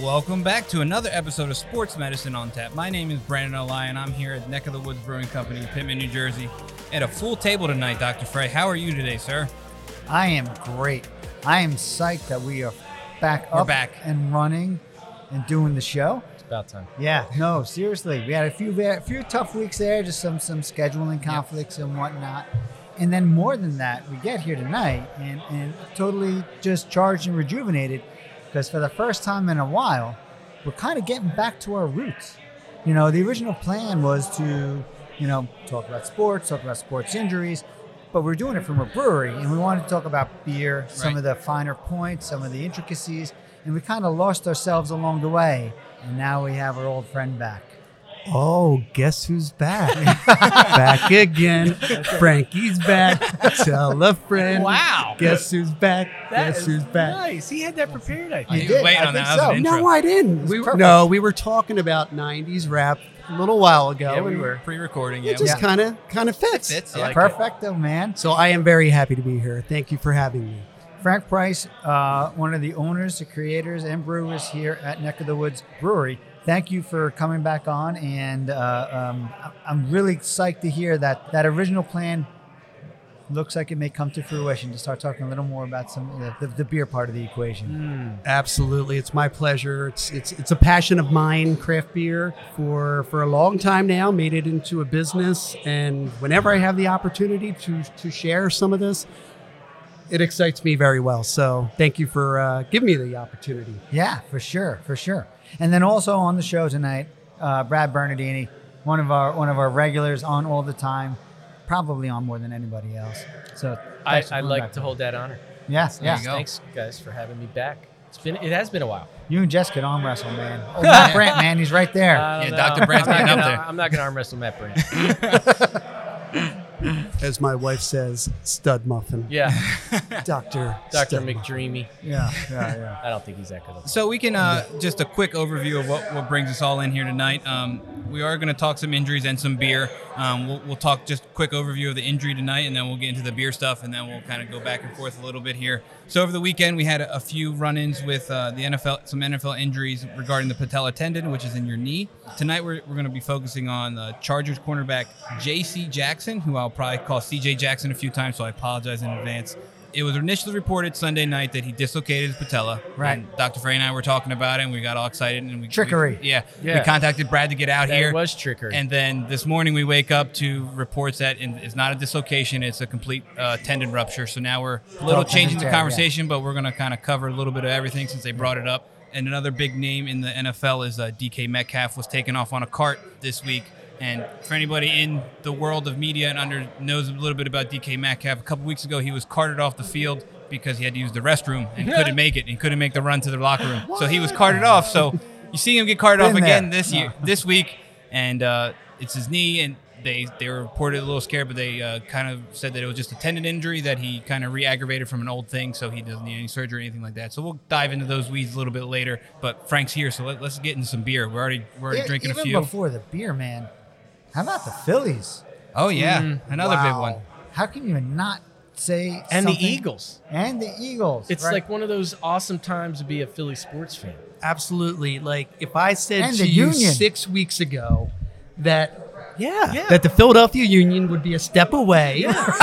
Welcome back to another episode of Sports Medicine on Tap. My name is Brandon O'Ly, and I'm here at Neck of the Woods Brewing Company in Pittman, New Jersey, at a full table tonight, Dr. Frey. How are you today, sir? I am great. I am psyched that we are back We're up back. and running and doing the show. It's about time. Yeah, no, seriously, we had a few a few tough weeks there, just some some scheduling conflicts and whatnot. And then more than that, we get here tonight and and totally just charged and rejuvenated because for the first time in a while, we're kind of getting back to our roots. You know, the original plan was to you know talk about sports, talk about sports injuries. But we're doing it from a brewery, and we wanted to talk about beer, some Right. of the finer points, some of the intricacies, and we kind of lost ourselves along the way. And now we have our old friend back. Oh, guess who's back? back again. Frankie's back. Tell a friend. Wow. Guess who's back? That guess is who's back? Nice. He had that prepared. I I think. was waiting on that. That was an intro. No, I didn't. We were, perfect. no, we were talking about 90s rap a little while ago. Yeah, we and were. Pre-recording, yeah. It just we- kind of kind of fits. Fits, I yeah. like it. Perfecto, man. So I am very happy to be here. Thank you for having me. Frank Price, uh, one of the owners, the creators, and brewers here at Neck of the Woods Brewery. Thank you for coming back on, and uh, um, I- I'm really psyched to hear that that original plan looks like it may come to fruition. To start talking a little more about some of the, the, the beer part of the equation. Mm. Absolutely, it's my pleasure. It's it's it's a passion of mine, craft beer for for a long time now. Made it into a business, and whenever I have the opportunity to to share some of this, it excites me very well. So thank you for uh, giving me the opportunity. Yeah, for sure, for sure. And then also on the show tonight, uh, Brad Bernardini, one of our one of our regulars on all the time, probably on more than anybody else. So I, thanks for I coming back. like to hold that honor. Yes, There you yes. go. Thanks, guys, for having me back. It's been it has been a while. You and Jess could arm wrestle, man. Oh, Matt Brant, man, he's right there. I don't Yeah, know. Dr. Brandt's Uh, I'm not getting up gonna- there. I'm not gonna arm wrestle Matt Brand. As my wife says, stud muffin. Yeah, Doctor Dr. McDreamy. yeah, yeah, yeah. I don't think he's that good. Of a- So we can uh, just a quick overview of what, what brings us all in here tonight. Um, we are going to talk some injuries and some beer. Um, we'll, we'll talk just quick overview of the injury tonight, and then we'll get into the beer stuff, and then we'll kind of go back and forth a little bit here. So over the weekend, we had a, a few run-ins with uh, the NFL, some NFL injuries regarding the patella tendon, which is in your knee. Tonight we're, we're going to be focusing on uh, Chargers cornerback J.C. Jackson, who I'll probably call C.J. Jackson a few times, so I apologize in advance. It was initially reported Sunday night that he dislocated his patella. Right. And Dr. Frey and I were talking about it, and we got all excited, and we Trickery. we- yeah, we Yeah. contacted Brad to get out here, That was trickery. and then this morning we wake up to reports that in- it's not a dislocation; it's a complete uh, tendon rupture. So now we're a little Oh, changing the tendon tear, yeah. conversation, but we're going to kind of cover a little bit of everything since they brought it up. And another big name in the NFL is uh, DK Metcalf was taken off on a cart this week. And for anybody in the world of media and under knows a little bit about DK Metcalf, a couple weeks ago he was carted off the field because he had to use the restroom and couldn't make it. He couldn't make the run to the locker room, so he was carted off. So you see him get carted off Been again there. this year, this week, and uh, it's his knee. And they they were reported a little scared, but they uh, kind of said that it was just a tendon injury that he kind of re-aggravated from an old thing, so he doesn't need any surgery or anything like that. So we'll dive into those weeds a little bit later. But Frank's here, so let, let's get into some beer. We're already we're already E- drinking Even a few. before the beer, man. How about the Phillies? oh yeah, another Mm. Wow. big one. How can you not say And something- the Eagles. And the Eagles. It's right? like one of those awesome times to be a Philly sports fan. Absolutely. Like if I said And to the you union. six weeks ago that yeah, Yeah. that the Philadelphia Union would be a step away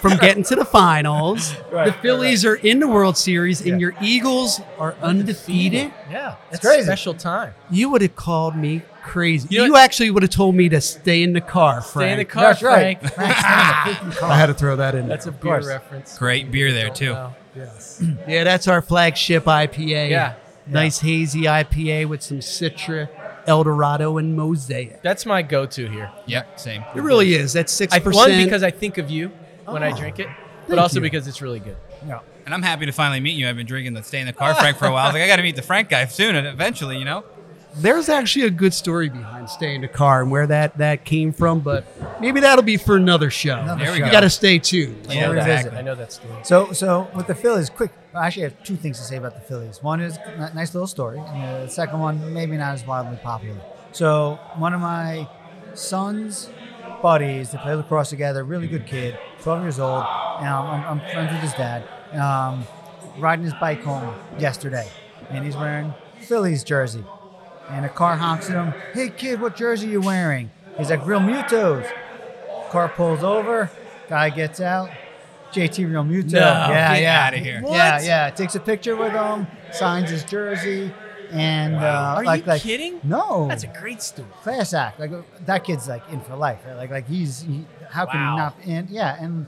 from getting to the finals. the Phillies are in the World Series and your Eagles are undefeated. Yeah, that's crazy. a special time. You would have called me crazy. You know You, what- actually would have told me to stay in the car, Stay in the Frank. car, That's right. Frank. I had to throw that in. That's a beer course. reference. Great beer there Don't too. know. Yes. yeah, that's our flagship IPA. Yeah. Nice hazy IPA with some Citra, Eldorado, and Mosaic. That's my go-to here. Yep, same. It really is. That's six I, percent. one because I think of you when I Oh, drink it, but thank also you. because it's really good. No. And I'm happy to finally meet you. I've been drinking the stay in the car Frank for a while. I was like, I got to meet the Frank guy soon, and eventually, you know. there's actually a good story behind staying in a car and where that that came from, but maybe that'll be for another show. Another There we you show. go. got to stay tuned. I know We'll that. revisit. I know that story. So, so with the Phillies, quick. I actually have two things to say about the Phillies. One is a nice little story, and the second one maybe not as wildly popular. So, one of my son's buddies, they play lacrosse together. Really good kid, 12 years old. And I'm, I'm friends with his dad. Um, riding his bike home yesterday, and he's wearing Phillies jersey. And a car honks at him. Hey, kid, what jersey you wearing? He's like, Real Mutos. Car pulls over. Guy gets out. JT Real Muto. No, yeah, get yeah. outta here. Yeah, What? yeah. Takes a picture with him, signs his jersey. And uh, Are like, you like, kidding? No. That's a great story. class act. Like uh, that kid's like in for life. Right? Like like he's he, how can Wow. he not? And yeah, and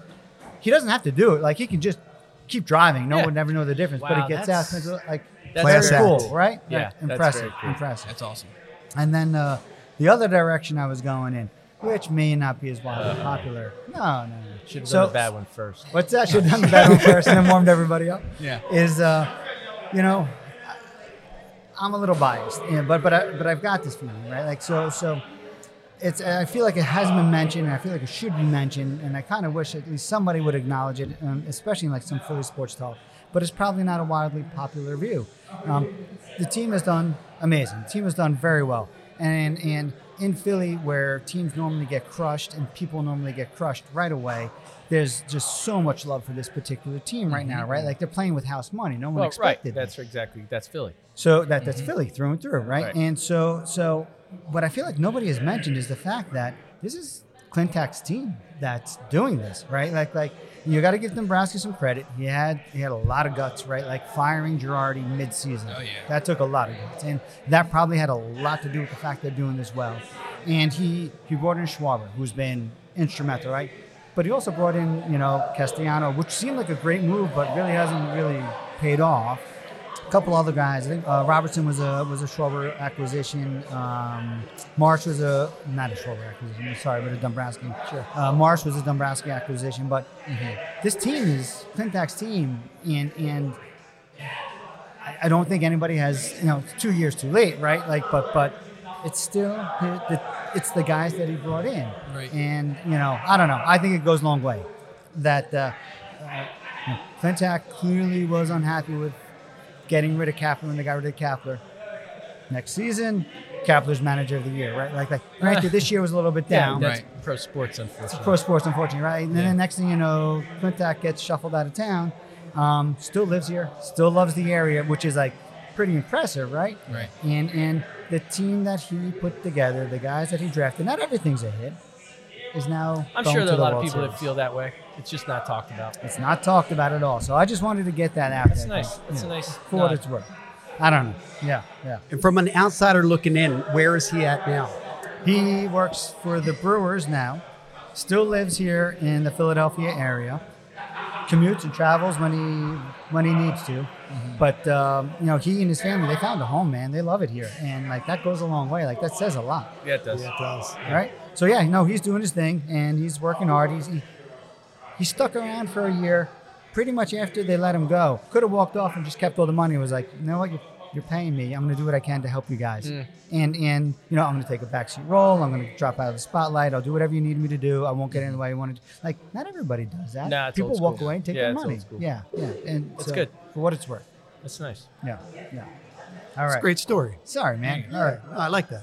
he doesn't have to do it. Like he can just keep driving. No Yeah. one would never know the difference. but Wow, he gets out. that's- so, Like that's that's very cool, cool. right? Yeah, Like, that's very impressive, cool. impressive. That's awesome. And then uh, the other direction I was going in, which may not be as wildly popular. No, no, no. Should have So- done the bad one first. What's that? Should have done the battle first and then warmed everybody up. Yeah. Is uh, you know, I- I'm a little biased, yeah, but but I, but I've got this feeling, right? Like so so, it's I feel like it hasn't been mentioned, and I feel like it should be mentioned, and I kind of wish at least somebody would acknowledge it, um, especially in like some Philly sports talk. But it's probably not a wildly popular view. Um, the team has done amazing. The team has done very well, and and in Philly, where teams normally get crushed and people normally get crushed right away, there's just so much love for this particular team right now, right? Like they're playing with house money. No one Mm-hmm. Well, right. expected. that. That's exactly. That's Philly. So that Mm-hmm. that's Philly through and through, right? Right. And so so what I feel like nobody has mentioned is the fact that this is Clintock's team that's doing this, right? Like like you got to give Dombrowski some credit. He had he had a lot of guts, right? Like firing Girardi midseason. Oh, yeah. That took a lot of guts, and that probably had a lot to do with the fact they're doing this well. And he he brought in Schwaber, who's been instrumental, right? But he also brought in you know Castellano, which seemed like a great move, but really hasn't really paid off couple other guys. I think uh, Robertson was a was a Schwarber acquisition. Um, Marsh was a not a Schwarber acquisition. Sorry, but a Dombrowski. Sure. Uh, Marsh was a Dombrowski acquisition, but this team is Clintock's team, and and I, I don't think anybody has you know it's two years too late, right? Like, but but it's still the, the, it's the guys that he brought in, Right. and you know I don't know. I think it goes a long way that. Uh, uh, Clintock clearly was unhappy with getting rid of Kapler and they got rid of Kapler. Next season, Kapler's manager of the year, right? Like, like granted, this year was a little bit down. that's Right. pro sports, unfortunately. Pro sports, unfortunately, right? And then the next thing you know, Clintock gets shuffled out of town. Um, still lives here, still loves the area, which is like pretty impressive, right? Right. And and the team that he put together, the guys that he drafted, not everything's a hit, is now. I'm going sure to there are a the lot of World people that Series. feel that way. It's just not talked about. It's not talked about at all. So I just wanted to get that out That's there. nice. That's a nice For what nod. it's worth. I don't know. Yeah, yeah. And from an outsider looking in, where is he at now? He works for the Brewers now, still lives here in the Philadelphia area, commutes and travels when he when he needs to. Mm-hmm. But um, you know, he and his family they found a home, man. They love it here, and like that goes a long way. Like that says a lot, Yeah, it does. does. right? So yeah, no, he's doing his thing and he's working hard. He's he, he stuck around for a year, pretty much after they let him go. Could have walked off and just kept all the money. Was like, you know what, you're, you're paying me. I'm going to do what I can to help you guys. Mm. And and you know, I'm going to take a backseat role. I'm going to drop out of the spotlight. I'll do whatever you need me to do. I won't get in the way you want to. Like, not everybody does that. Nah, it's People old walk school. away and take Yeah, their it's old money. school. Yeah, yeah. And That's so, good. for what it's worth. That's nice. Yeah, yeah. All It's a right. great story. Sorry, Mm. man. All right. I like that.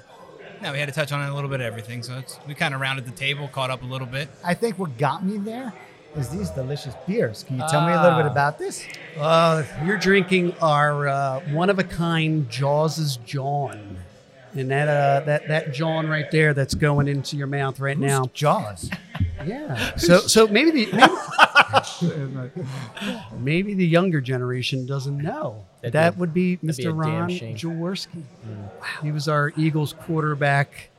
Now we had to touch on a little bit of everything, so it's, we kind of rounded the table, caught up a little bit. I think what got me there is these delicious beers. Can you tell me a little bit Ah. about this? Uh, you're drinking our uh, one of a kind Jaws' John. And that, uh, that, that John right there that's going into your mouth right now. Who's Jaws. Yeah. So, so maybe the, maybe, maybe the younger generation doesn't know. That'd that be a- would be Mr. that'd be a damn Ron shame. Hmm. Jaworski. He was our Eagles quarterback.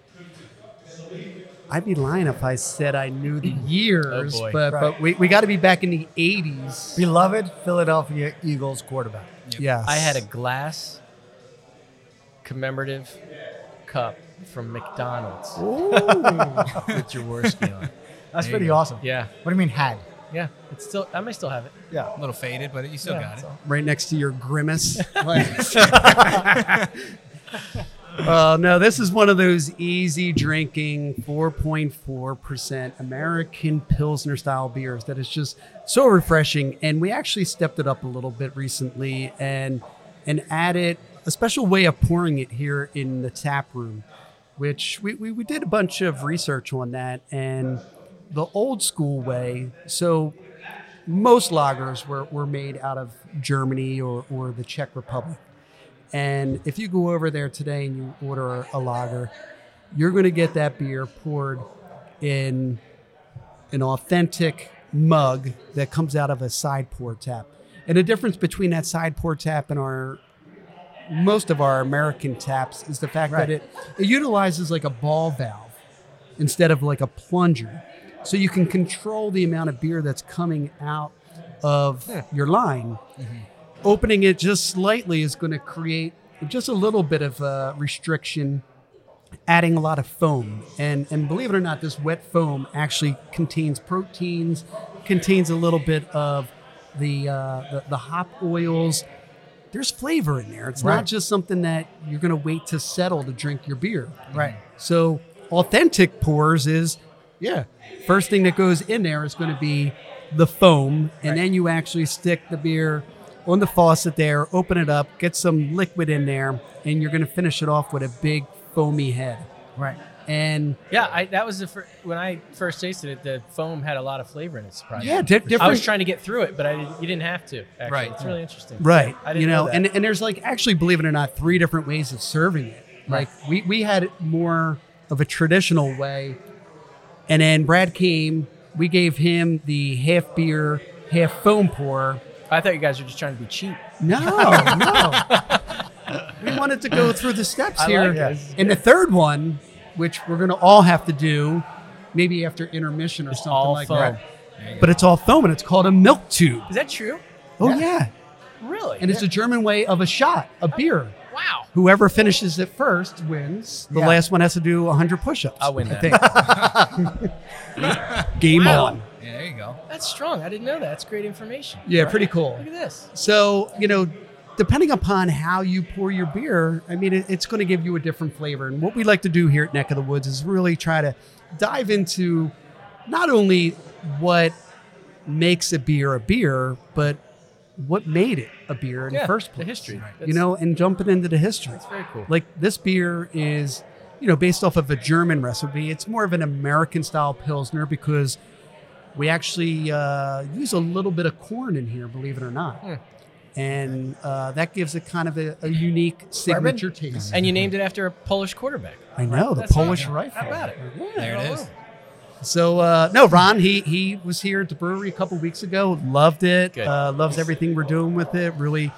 I'd be lying if I said I knew the years, Oh, boy. but, Right. but we, we got to be back in the 80s. Beloved Philadelphia Eagles quarterback. Yes. I had a glass commemorative cup from McDonald's Ooh. with Jaworski on. it. That's There pretty you go. awesome. Yeah, What do you mean had? yeah. It's still. I may still have it. A little faded, but you still Yeah, got it. that's all. right next to your grimace. Uh, no, this is one of those easy drinking 4.4% American Pilsner style beers that is just so refreshing. And we actually stepped it up a little bit recently and and added a special way of pouring it here in the tap room, which we, we, we did a bunch of research on that and the old school way. So most lagers were, were made out of Germany or, or the Czech Republic. And if you go over there today and you order a lager, you're going to get that beer poured in an authentic mug that comes out of a side pour tap. And the difference between that side pour tap and our most of our American taps is the fact Right. that it, it utilizes like a ball valve instead of like a plunger. So you can control the amount of beer that's coming out of your line. Opening it just slightly is going to create just a little bit of uh, restriction adding a lot of foam. And and believe it or not, this wet foam actually contains proteins, contains a little bit of the uh, the, the hop oils. There's flavor in there. It's Right. not just something that you're going to wait to settle to drink your beer. Right. So authentic pours is, yeah, first thing that goes in there is going to be the foam, and then you actually stick the beer on the faucet there, open it up, get some liquid in there, and you're going to finish it off with a big foamy head. Right. And Yeah, I, that was the fir- when I first tasted it. The foam had a lot of flavor in it. Surprisingly, yeah, di- different. I was trying to get through it, but I didn't, you didn't have to. Actually. Right. It's really interesting. Right. I didn't you know, know that. and and there's like actually, believe it or not, three different ways of serving it. Like we we had it more of a traditional way, and then Brad came. We gave him the half beer, half foam pour. I thought you guys were just trying to be cheap. No, no. we wanted to go through the steps I here. like it. This is and the third one, which we're going to all have to do, maybe after intermission or something all like foam. that. But it's all foam, and it's called a milk tube. Is that true? Oh yeah, Really? and it's a German way of a shot, a beer. Oh, wow. whoever finishes it first wins. The Yeah. last one has to do 100 push-ups. I'll win that. Game Wow. on. Yeah, there you go. That's strong. I didn't know that. That's great information. Yeah, pretty cool. Look at this. So, you know, depending upon how you pour your beer, I mean, it, it's going to give you a different flavor. And what we like to do here at Neck of the Woods is really try to dive into not only what makes a beer a beer, but what made it a beer in Yeah, the first place. the history. That's- You know, and jumping into the history. That's very cool. Like this beer is, you know, based off of a German recipe. It's more of an American style pilsner because we actually uh, use a little bit of corn in here, believe it or not. Hmm. And uh, that gives it kind of a, a unique signature taste. and you named it after a Polish quarterback. I know the That's Polish awesome. rifle. How about it? There it is. So uh, no, Ron, he he was here at the brewery a couple weeks ago. Loved it. Good. Uh, loves everything we're doing with it. Really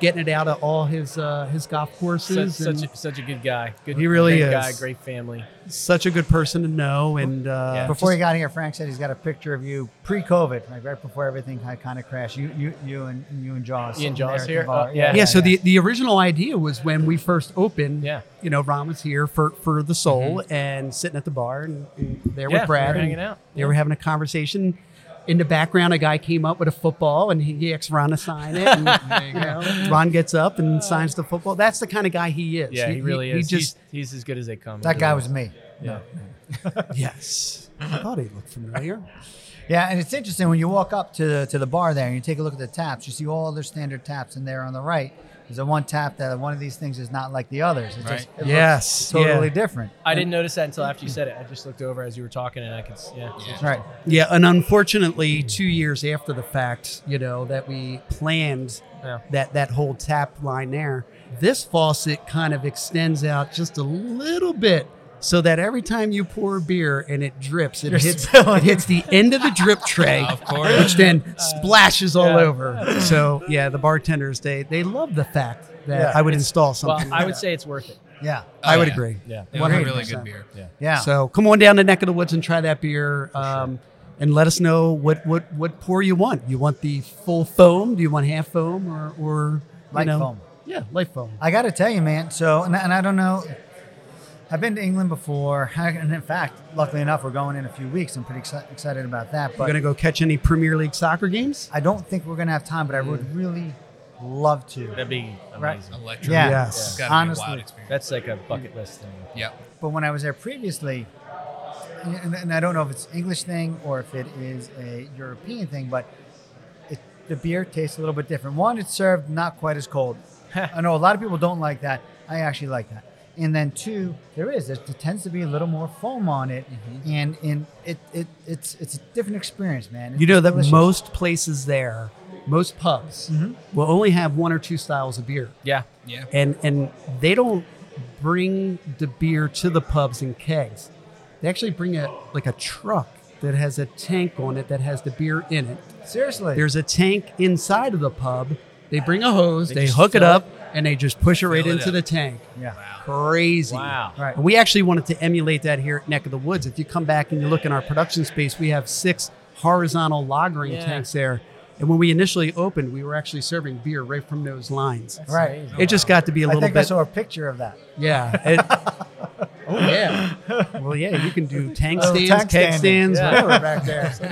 getting it out of all his uh, his golf Such, courses. and- such, a, such a good guy. Good, He really great is. guy. Great family. such a good person to know. And uh, Yeah. Before just- he got here, Frank said he's got a picture of you pre-COVID, like right before everything had kind of crashed. You, you, you and you and Jaws. You sitting and there at Jaws the here? bar. Oh, yeah. yeah, so the the original idea was when we first opened. Yeah. Mm-hmm. you know, Ron was here for for the soul and sitting at the bar and, and there Yeah, with Brad we were and hanging out. They were having a conversation. In the background, a guy came up with a football and he, he asked Ron to sign it. And, you know, Ron gets up and signs the football. That's the kind of guy he is. Uh. Yeah, he really is. He just he's, he's as good as they come. That guy was me. Yeah. yes. I thought he looked familiar. Yeah, and it's interesting when you walk up to the, to the bar there and you take a look at the taps, you see all their standard taps, and there on the right is the one tap that one of these things is not like the others. It's just, Right. it looks Yes, totally yeah. different. I didn't notice that until after you said it. I just looked over as you were talking, and I could. s- Yeah. Yeah. Right. Yeah, and unfortunately, two years after the fact, you know, that we planned Yeah. that that whole tap line there, this faucet kind of extends out just a little bit. So that every time you pour a beer and it drips, it hits it hits the end of the drip tray, Of course. which then splashes all Uh, yeah. over. So yeah, the bartenders they they love the fact that Yeah. I would install something. Well, I would say it's worth it. Yeah. I Oh, would yeah. agree. Yeah. It was a really good 100%. beer. Yeah. So come on down to Neck of the Woods and try that beer. Um, And let us know what, what, what pour you want. You want the full foam? Do you want half foam or, or you Light know- foam. Yeah, light foam. I got to tell you, man. So, and, and I don't know. I've been to England before, and in fact, luckily enough, we're going in a few weeks. I'm pretty exci- excited about that. You're But going to go catch any Premier League soccer games? I don't think we're gonna have time. But I would really love to. That'd be Right. amazing. Electric. Yeah. Yes. It's gotta Honestly. be a wild experience. That's like a bucket list thing. Yeah. But when I was there previously, and, and I don't know if it's English thing or if it is a European thing, but it, the beer tastes a little bit different. One, it's served not quite as cold. I know a lot of people don't like that. I actually like that. and then two, there is there tends to be a little more foam on it, Mm-hmm. and and it, it it's it's a different experience, man. It's You know that delicious. Mm-hmm. most places there, most pubs, will only have one or two styles of beer, Yeah. Yeah. and and they don't bring the beer to the pubs in kegs. They actually bring a like a truck that has a tank on it that has the beer in it. seriously There's a tank inside of the pub. They bring a hose, They they, just hook it fill up, and they just push it right Fill it into up. the tank. yeah Crazy. Wow. right And we actually wanted to emulate that here at Neck of the Woods. If you come back and you look in our production space, we have six horizontal lagering Yeah. tanks there. And when we initially opened, we were actually serving beer right from those lines. That's right. amazing. It just got to be I a little think I bit. saw a picture of that. yeah. It- oh yeah. Well, yeah. You can do tank Oh, stands, tank keg standing. stands, Yeah. whatever. They were back there.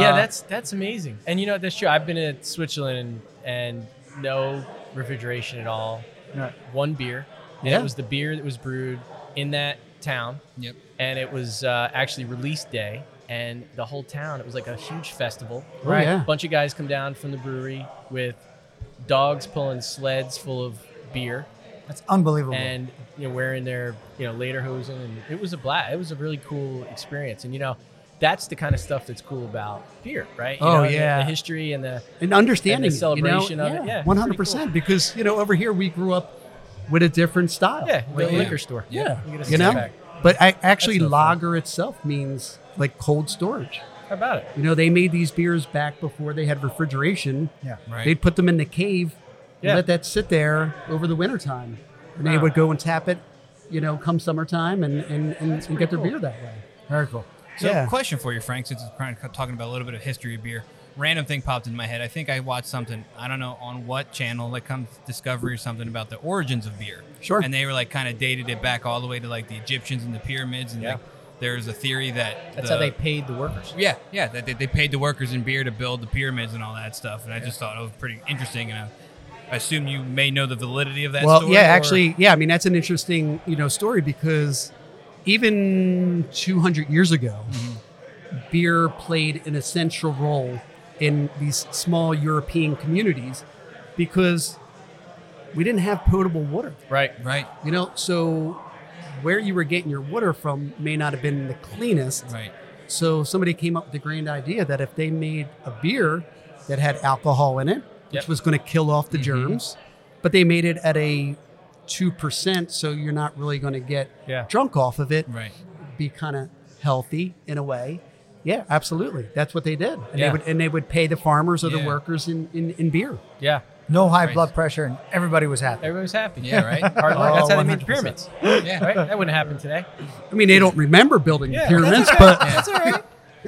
yeah, Uh, that's that's amazing. And you know, that's true. I've been in Switzerland and, and no refrigeration at all. Yeah. One beer. And Yeah. it was the beer that was brewed in that town. Yep. And it was uh, actually release day. And the whole town, it was like a huge festival. Oh, yeah. A bunch of guys come down from the brewery with dogs pulling sleds full of beer That's unbelievable. and you know wearing their you know later hosen and it was a blast it was a really cool experience and you know that's the kind of stuff that's cool about beer right you Oh, know, the- yeah. the, history and the and understanding And the celebration you know? of it, yeah, it's One hundred percent. Because you know, over here we grew up with a different style. yeah the Like, liquor store Yeah. you, get a you know. six-pack. But I, actually, That's no fun. lager itself means like cold storage. how about it You know, they made these beers back before they had refrigeration. yeah. Right. They'd put them in the cave Yeah. and let that sit there over the wintertime. And they Huh. would go and tap it, you know, come summertime and, and, and, and get their beer that way. Very cool. So, Yeah. question for you, Frank, since we're kind of talking about a little bit of history of beer. Random thing popped into my head. I think I watched something, I don't know on what channel, like comes Discovery or something about the origins of beer. Sure. And they were like kind of dated it back all the way to like the Egyptians and the pyramids. And Yeah. like, there's a theory that that's the- how they paid the workers Yeah, yeah, that they, they paid the workers in beer to build the pyramids and all that stuff. And I just thought it was pretty interesting. And I, I assume you may know the validity of that well, story. yeah, or- actually, yeah. I mean, that's an interesting, you know, story because even 200 years ago, Mm-hmm. beer played an essential role in these small European communities because we didn't have potable water. right Right, You know, so where you were getting your water from may not have been the cleanest. right. So somebody came up with the grand idea that if they made a beer that had alcohol in it, which Yep. Mm-hmm. was going to kill off the germs, but they made it at a 2%, so you're not really going to get Yeah. drunk off of it, Right. be kind of healthy in a way. Yeah, absolutely. That's what they did. And, Yeah. they, would, and they would pay the farmers or Yeah. the workers in, in, in beer. yeah No high Crazy. blood pressure, and everybody was happy. everybody was happy Yeah, right. Hard work. Oh, that's how they made the 100%. pyramids Yeah. right that wouldn't happen today I mean, they don't remember building Yeah, pyramids, but, that's all right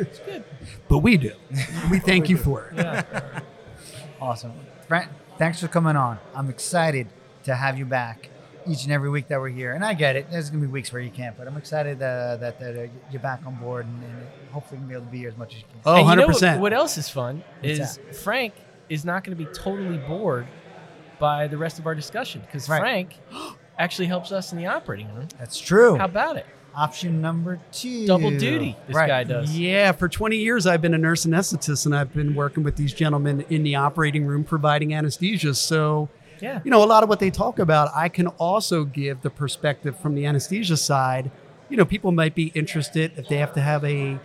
but we do. We thank you for it. yeah Awesome. Brent, thanks for coming on. I'm excited to have you back each and every week that we're here. And I get it. There's going to be weeks where you can't, but I'm excited uh, that, that uh, you're back on board and, and hopefully you can be able to be here as much as you can. Oh, And you know 100%. what, what else is fun What's is Frank is not going to be totally bored by the rest of our discussion because Right. Frank actually helps us in the operating room. That's true. How about it? Option number two. Double duty. This Right. guy does. Yeah, for 20 years I've been a nurse anesthetist and I've been working with these gentlemen in the operating room providing anesthesia. So, Yeah. you know, a lot of what they talk about, I can also give the perspective from the anesthesia side. You know, people might be interested if they have to have a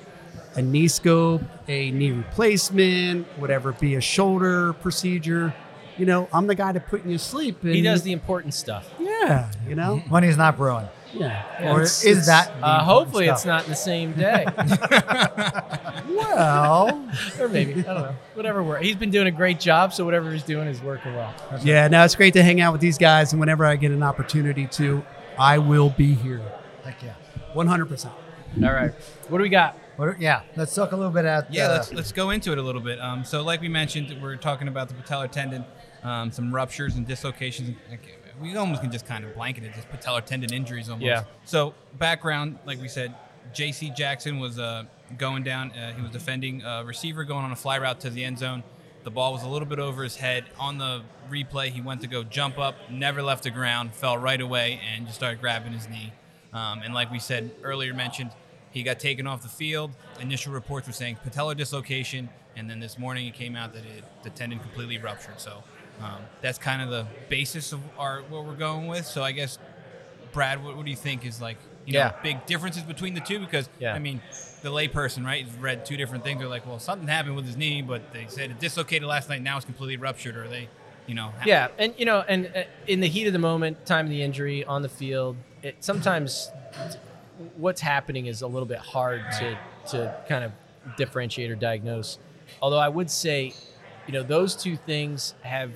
a knee scope, a knee replacement, whatever it be, a shoulder procedure. You know, I'm the guy to put in your sleep. And He does the important stuff. Uh, yeah. You know, Money's not brewing. yeah. Yeah, or it's- is that? the Uh, important hopefully, it's stuff? not the same day, Well, or maybe I don't know. Whatever work. He's been doing a great job, so whatever he's doing is working well. Yeah, no, it's great to hang out with these guys, and whenever I get an opportunity to, I will be here, Heck yeah. one hundred percent. All right, what do we got? What, yeah. Let's talk a little bit about. Yeah, uh, let's let's go into it a little bit. Um, so, like we mentioned, we're talking about the patellar tendon, um, some ruptures and dislocations. Like, We almost can just kind of blanket it as patellar tendon injuries almost. Yeah. So, background, like we said, J.C. Jackson was uh, going down. Uh, he was defending a receiver going on a fly route to the end zone. The ball was a little bit over his head. On the replay, he went to go jump up, never left the ground, fell right away, and just started grabbing his knee. Um, and like we said earlier, mentioned he got taken off the field. Initial reports were saying patellar dislocation, and then this morning it came out that it, the tendon completely ruptured. So um, that's kind of the basis of our what we're going with. So I guess Brad, what, what do you think is like you Yeah. know big differences between the two? Because Yeah. I mean, the layperson right has read two different things. They're like, well, something happened with his knee, but they said it dislocated last night. Now it's completely ruptured, or they, you know, ha- Yeah, and you know, and uh, in the heat of the moment, time of the injury on the field, it sometimes what's happening is a little bit hard to to kind of differentiate or diagnose. Although I would say, you know, those two things have,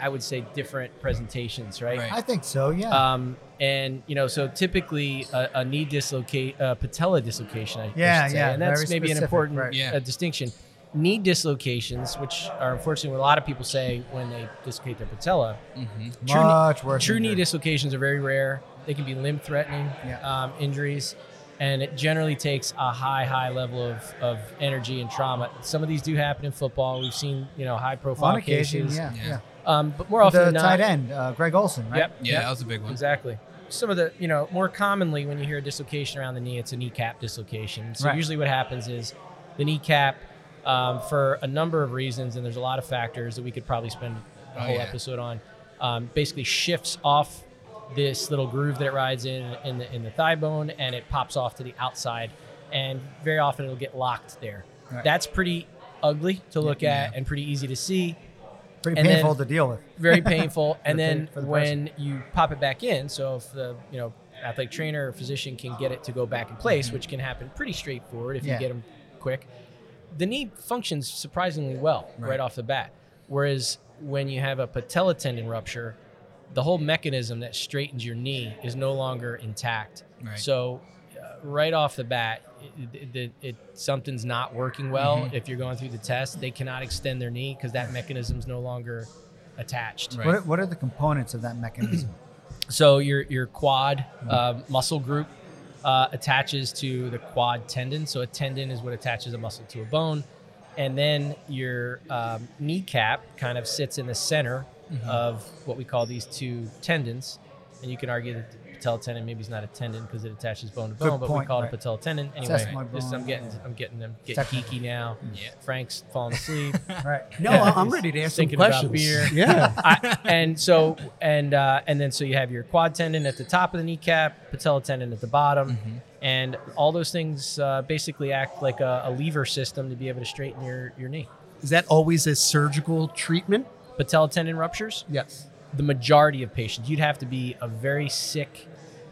I would say, different presentations, right? Right. I think so. Yeah. Um, and you know, so typically a, a knee dislocate, uh, patella dislocation. I, I Yeah, should say. yeah, and that's very maybe an specific, important right. Yeah. uh, distinction. Knee dislocations, which are unfortunately what a lot of people say when they dislocate their patella. Mhm. true knee- Much worse. True than knee dirt. dislocations are very rare. They can be limb-threatening Yeah. um, injuries, and it generally takes a high, high level of, of energy and trauma. Some of these do happen in football. We've seen, you know, high-profile on occasion. cases, Yeah, Yeah. yeah. um, but more often The than not, tight end, uh, Greg Olson, right? Yep, yeah, yep. that was a big one. Exactly. Some of the, you know, more commonly when you hear a dislocation around the knee, it's a kneecap dislocation. So Right. usually what happens is the kneecap, um, for a number of reasons, and there's a lot of factors that we could probably spend Oh, a whole yeah. episode on, um, basically shifts off this little groove that it rides in in the, in the thigh bone and it pops off to the outside. And very often it'll get locked there. Right. That's pretty ugly to look Yeah. at and pretty easy to see Pretty And then- painful to deal with. very painful. and the pa- then for the when you pop it back in, so if the you know athletic trainer or physician can get it to go back in place, which can happen pretty straightforward if Mm-hmm. Yeah. you get them quick, the knee functions surprisingly well right. Right. off the bat. Whereas when you have a patella tendon rupture, the whole mechanism that straightens your knee is no longer intact. Right. So uh, right off the bat, it, it, it, something's not working well. Mhm. If you're going through the test, they cannot extend their knee because that mechanism's no longer attached. Right. What, are- what are the components of that mechanism? So your your quad uh, muscle group uh, attaches to the quad tendon. So a tendon is what attaches a muscle to a bone, and then your um, kneecap kind of sits in the center Mm-hmm. of what we call these two tendons. And you can argue that the patella tendon maybe is not a tendon because it attaches bone to Good bone, but we point, call it right. a patella tendon anyway. That's my Just I'm bone, getting yeah. I'm getting them get Technical. geeky now. Yeah. Frank's falling asleep. right. No, Yeah. I'm ready to ask some Thinking about questions. beer. Yeah. I, and so and uh, and then so you have your quad tendon at the top of the kneecap, patella tendon at the bottom, and all those things uh, basically act like a, a lever system to be able to straighten your your knee. Is that always a surgical treatment? Patella tendon ruptures. Yes. The majority of patients, you'd have to be a very sick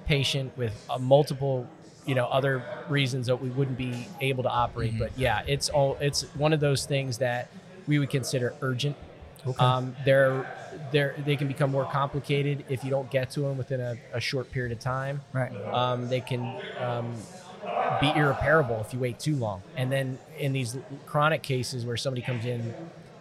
patient with uh multiple, you know, other reasons that we wouldn't be able to operate. Mhm. But yeah, it's all it's one of those things that we would consider urgent. Okay. Um, they're, they're, they can become more complicated if you don't get to them within a, a short period of time. Right. Um, they can um, be irreparable if you wait too long. And then in these chronic cases where somebody comes in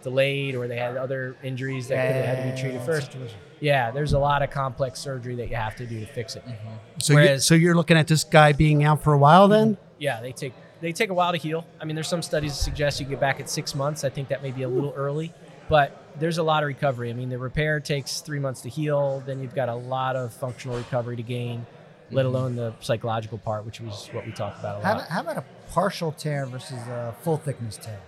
delayed or they had other injuries that could have had to be treated Bad first, situation. yeah, there's a lot of complex surgery that you have to do to fix it. Mm-hmm. so, you, whereas- so you're looking at this guy being out for a while then? Yeah, they take they take a while to heal. I mean, there's some studies that suggest you get back at six months. I think that may be a little early, but there's a lot of recovery. I mean, the repair takes three months to heal. Then you've got a lot of functional recovery to gain, let alone the psychological part, which was what we talked about a Mm-hmm. How, lot. about- how about a partial tear versus a full thickness tear?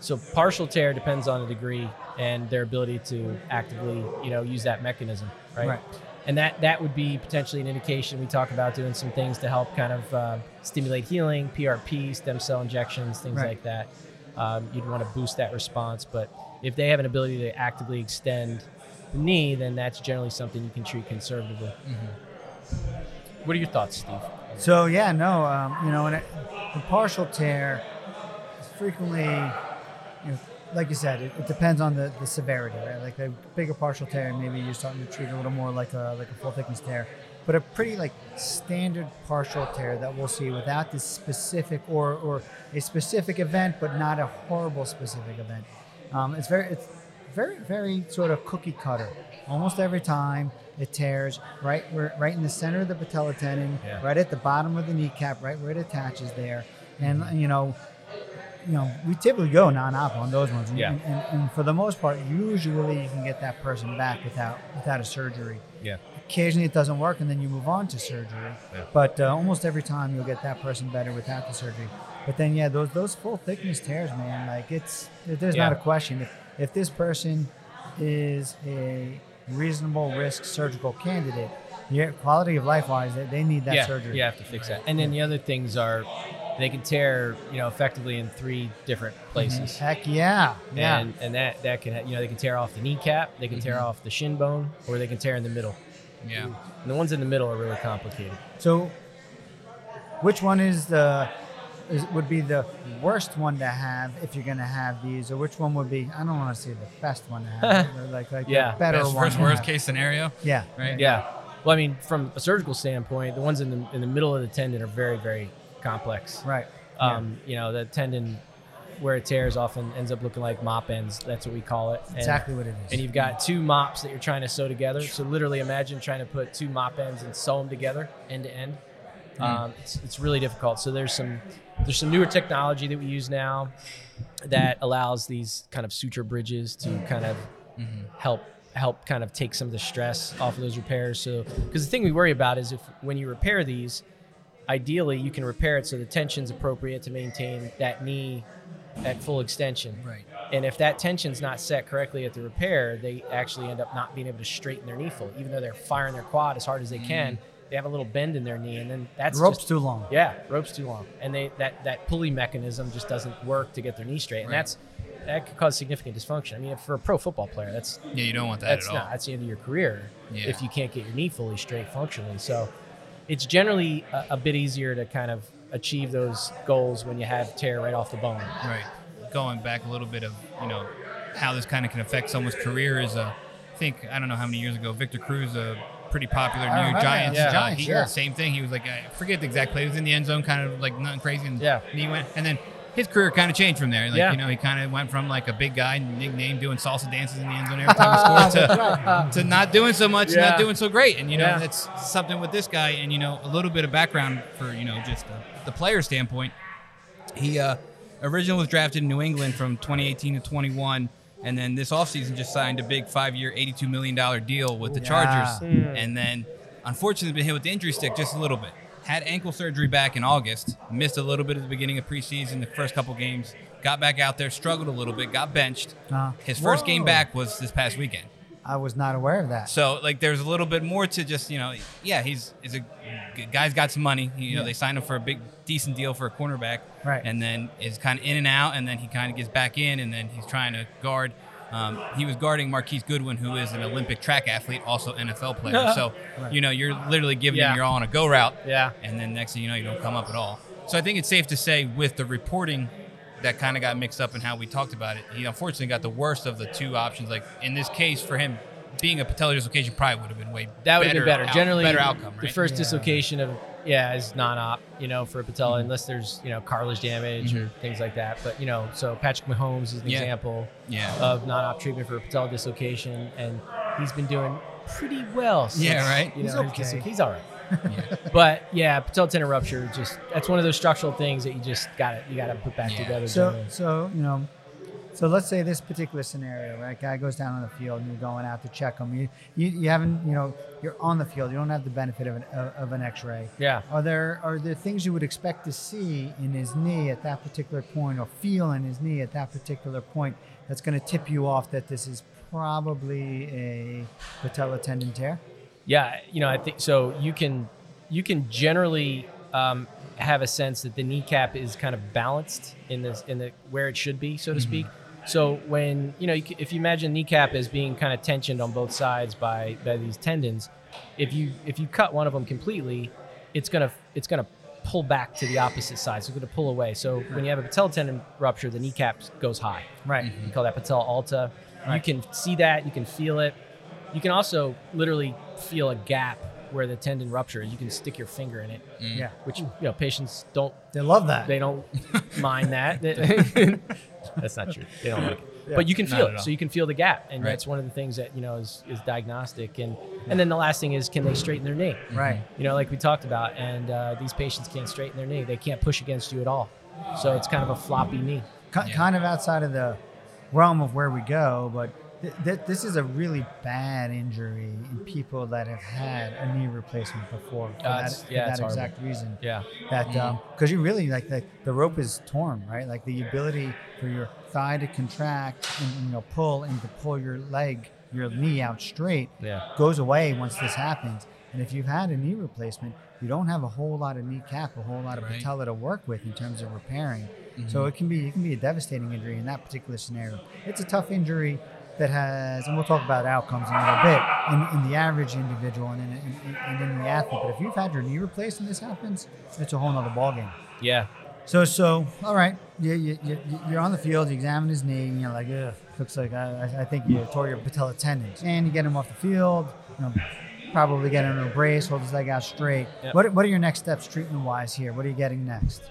So partial tear depends on the degree and their ability to actively, you know, use that mechanism, right? Right. And that that would be potentially an indication. We talk about doing some things to help kind of uh, stimulate healing, PRP, stem cell injections, things Right. like that. Um, you'd want to boost that response, but if they have an ability to actively extend the knee, then that's generally something you can treat conservatively. What are your thoughts, Steve? So yeah, no, um, you know, and it, the partial tear is frequently, you know, like you said, it, it depends on the, the severity, right? Like the bigger partial tear, maybe you're starting to treat a little more like a like a full thickness tear, but a pretty like standard partial tear that we'll see without this specific or or a specific event, but not a horrible specific event. Um, it's very it's very very sort of cookie cutter. Almost every time it tears right we're right in the center of the patella tendon, Yeah. right at the bottom of the kneecap, right where it attaches there, and you know. You know, we typically go non-op on those ones, and, Yeah. and, and for the most part, usually you can get that person back without without a surgery Yeah. occasionally it doesn't work and then you move on to surgery Yeah. but uh, almost every time you'll get that person better without the surgery but then yeah those those full thickness tears man like it's there's not Yeah. a question if, if this person is a reasonable risk surgical candidate Yeah, quality of life wise, they, they need that yeah, surgery. you have to fix that. And then the other things are they can tear, you know, effectively in three different Mm-hmm. places. Heck yeah. Yeah. And, and that that can ha- you know they can tear off the kneecap, they can tear off the shin bone, or they can tear in the middle. Yeah. And the ones in the middle are really complicated. so, which one is the is, would be the worst one to have if you're going to have these, or which one would be? I don't want to say the best one to have, but like like Yeah. the better Best one. first to worst have. case scenario, Yeah. right? Yeah. Well, I mean, from a surgical standpoint, the ones in the in the middle of the tendon are very very complex. Right. Um, You know, the tendon where it tears often ends up looking like mop ends. That's what we call it. And- Exactly what it is. And you've got two mops that you're trying to sew together. So literally, imagine trying to put two mop ends and sew them together end to end. Mm. Um, it's, it's really difficult. So there's some there's some newer technology that we use now that allows these kind of suture bridges to kind of help help kind of take some of the stress off of those repairs. So because the thing we worry about is if when you repair these, ideally you can repair it so the tension's appropriate to maintain that knee at full extension. Right. And if that tension's not set correctly at the repair, they actually end up not being able to straighten their knee fully, even though they're firing their quad as hard as they can. They have a little bend in their knee, and then that's The Mm-hmm. rope's just- too long. yeah, rope's too long, and they that that pulley mechanism just doesn't work to get their knee straight, and Right. that's that could cause significant dysfunction. I mean, for a pro football player, that's Yeah, you don't want that that's at all. not that's the end of your career Yeah. if you can't get your knee fully straight functionally. So it's generally a, a bit easier to kind of achieve those goals when you have tear right off the bone. Right. Going back a little bit of you know how this kind of can affect someone's career is uh, I think I don't know how many years ago Victor Cruz a pretty popular new Oh, right, Giants. yeah. uh, Giants, he- yeah. Same thing. He was like I forget the exact play. He was in the end zone, kind of like nothing crazy, and Yeah. knee went. And then his career kind of changed from there. Like Yeah. you know he kind of went from like a big guy nickname doing salsa dances in the end zone every time he scored to to not doing so much, and Yeah. not doing so great. And you know, Yeah. that's something with this guy. And you know, a little bit of background for you know just the, the player standpoint. He uh, originally was drafted in New England from 2018 to 21, and then this offseason just signed a big five-year, 82 million dollar deal with the Yeah. Chargers, and then unfortunately been hit with the injury stick just a little bit. Had ankle surgery back in August, missed a little bit at the beginning of preseason, the first couple games. Got back out there, struggled a little bit, got benched. Uh, His first game whoa. back was this past weekend. I was not aware of that. So like, there's a little bit more to just you know, yeah, he's is a g- guy's got some money. You know, they signed him for a big decent deal for a cornerback, Right. And then is kind of in and out, and then he kind of gets back in, and then he's trying to guard. Um, he was guarding Marquise Goodwin, who is an Olympic track athlete, also NFL player. so you know, you're literally giving Yeah. him your all on a go route, Yeah. and then next thing you know, you don't come up at all. So I think it's safe to say with the reporting that kind of got mixed up in how we talked about it, he unfortunately got the worst of the two options. Like in this case, for him, being a patellar dislocation probably would have been way That would have been better. out- Generally, better outcome. The right? first Yeah. dislocation of yeah is non-op, you know, for a patella, unless there's you know cartilage damage or things like that. But you know, so Patrick Mahomes is an Yeah. example Yeah. of non-op treatment for a patella dislocation, and he's been doing pretty well. Since, Yeah, right. You He's know, okay. he's, he's all right. but yeah, patella tendon rupture just that's one of those structural things that you just got to you got to put back Yeah. together. So, generally. so you know, so let's say this particular scenario, right? Guy goes down on the field, and you're going out to check him. You, you, you haven't, you know, you're on the field. You don't have the benefit of an of, of an X-ray. yeah. Are there are there things you would expect to see in his knee at that particular point, or feel in his knee at that particular point, that's going to tip you off that this is probably a patella tendon tear? Yeah, you know, I think so. You can you can generally um, have a sense that the kneecap is kind of balanced in this in the where it should be, so Mm-hmm. to speak. So when you know, you c- if you imagine kneecap as being kind of tensioned on both sides by by these tendons, if you if you cut one of them completely, it's gonna it's gonna pull back to the opposite side. So it's gonna pull away. So when you have a patella tendon rupture, the kneecap goes high. Right. We call that patella alta. You Right. can see that. You can feel it. You can also literally feel a gap where the tendon rupture is. You can stick your finger in it, Yeah. which you know patients don't. They love that. Mm-hmm. They don't mind that. that's not true. They don't like it. Yeah. But you can Not feel at it, all. so you can feel the gap, and Right. that's one of the things that you know is, is diagnostic. And and then the last thing is, can they straighten their knee? Right. You know, like we talked about, and uh, these patients can't straighten their knee. They can't push against you at all, so it's kind of a floppy knee. Ki Yeah. kind of outside of the realm of where we go, but th- th- this is a really bad injury in people that have had a knee replacement before for Uh, that, it's- for yeah, that it's horrible. exact reason. Yeah. That because you really like the, the rope is torn, right? Like the ability for your thigh to contract and you know pull and to pull your leg, your knee out straight Yeah. goes away once this happens. And if you've had a knee replacement, you don't have a whole lot of kneecap, a whole lot of Right. patella to work with in terms of repairing. So it can be it can be a devastating injury in that particular scenario. It's a tough injury that has, and we'll talk about outcomes in a little bit, in, in the average individual and in, in, in, and in the athlete. But if you've had your knee replaced and this happens, it's a whole nother ballgame. Yeah. So so all right, you, you, you, you're on the field. You examine his knee, and you're like, ugh, looks like I, I- I think you tore your patella tendon. And you get him off the field. You know, probably get him in a brace, hold his leg out straight. Yep. What are- What are your next steps treatment wise here? What are you getting next?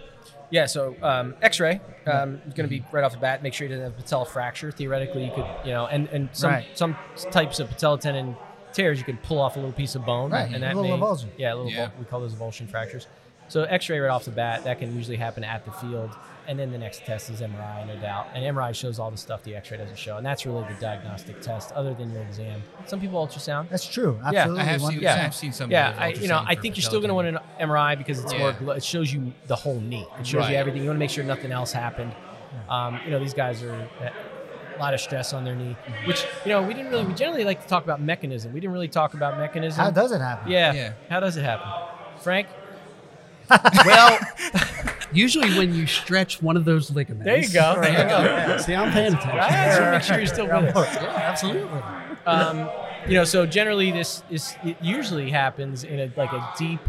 Yeah, so um, X-ray um, is going to be right off the bat. Make sure you didn't have patella fracture. Theoretically, you could, you know, and and some Right. some types of patella tendon tears, you can pull off a little piece of bone, Right, and a that little may- avulsion. yeah, a little. Yeah. Vul- we call those avulsion fractures. So X-ray right off the bat, that can usually happen at the field, and then the next test is MRI, no doubt. And MRI shows all the stuff the X-ray doesn't show, and that's really the diagnostic test, other than your exam. Some people ultrasound. That's true. Yeah, I Absolutely. I have One- seen, yeah. I've seen some. Yeah, I, you know, I think you're still going to want an MRI because it's more Yeah. more. It shows you the whole knee. It shows Right. you everything. You want to make sure nothing else happened. Um, you know, these guys are uh, a lot of stress on their knee, Mm-hmm. which you know we didn't really. We generally like to talk about mechanism. We didn't really talk about mechanism. How does it happen? yeah. Yeah. How does it happen, Frank? well, usually when you stretch one of those ligaments. There you go. There you go. See, I'm paying attention. I had to make sure you're still with us. Yeah, absolutely. um, you know, so generally this is it usually happens in a like a deep,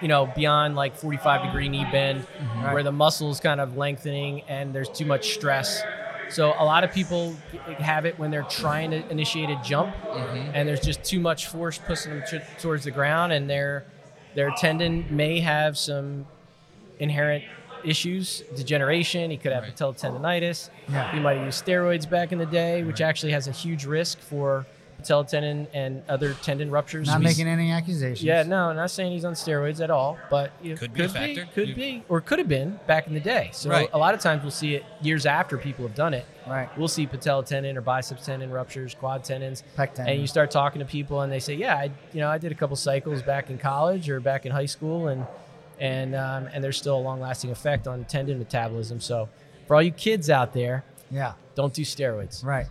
you know, beyond like 45 degree knee bend, Mm-hmm. where the muscle's kind of lengthening and there's too much stress. So a lot of people have it when they're trying to initiate a jump, Mm-hmm. and there's just too much force pushing them t- towards the ground, and their their tendon may have some inherent issues, degeneration. He could have Right. patella tendonitis. Yeah. He might have used steroids back in the day, which actually has a huge risk for patella tendon and other tendon ruptures. Not We- making any accusations. yeah, no, not saying he's on steroids at all, but it Could be a factor. could You- be, or could have been back in the day. So Right. a lot of times we'll see it years after people have done it. Right. We'll see patella tendon or biceps tendon ruptures, quad tendons, Pec tendon. and you start talking to people, and they say, "Yeah, I, you know, I did a couple cycles back in college or back in high school, and and um, and there's still a long-lasting effect on tendon metabolism." So for all you kids out there, Yeah. don't do steroids. Right.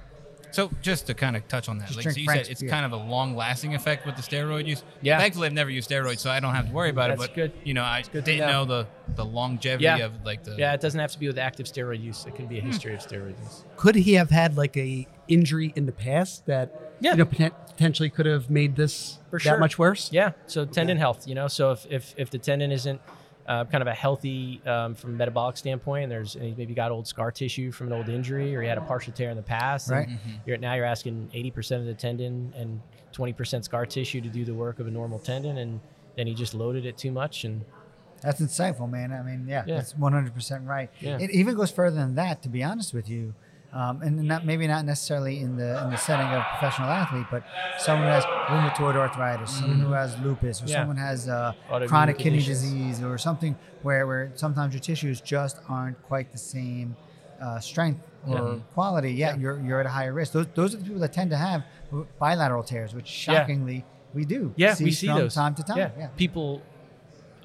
So just to kind of touch on that, Just like drink so you Frank's said, it's beer. kind of a long-lasting effect with the steroid use. Yeah. Thankfully, I've never used steroids, so I don't have to worry about That's it. But good. you know, I good to didn't know. know. the the longevity Yeah. of like the Yeah, it doesn't have to be with active steroid use. It can be a history of steroid use. Could he have had like a injury in the past that Yeah. you know, poten- potentially could have made this For that sure. much worse? Yeah. So tendon health, you know, so if if, if the tendon isn't uh, kind of a healthy um, from a metabolic standpoint, and there's and he's maybe got old scar tissue from an old injury, or he had a partial tear in the past. and Right. You're now you're asking 80% of the tendon and 20% scar tissue to do the work of a normal tendon, and then he just loaded it too much, and That's insightful, man. I mean, yeah, Yeah. that's 100% right. Yeah. It even goes further than that, to be honest with you. Um, and not maybe not necessarily in the in the setting of a professional athlete, but someone who has rheumatoid arthritis, someone who has lupus, or Mm-hmm. Yeah. someone has uh, Autoimmune chronic kidney conditions. disease, or something where, where sometimes your tissues just aren't quite the same uh, strength or Mm-hmm. quality. Yeah, you're you're at a higher risk. Those those are the people that tend to have bilateral tears, which Yeah. shockingly we do. yeah, we see from those time to time. Yeah. yeah. People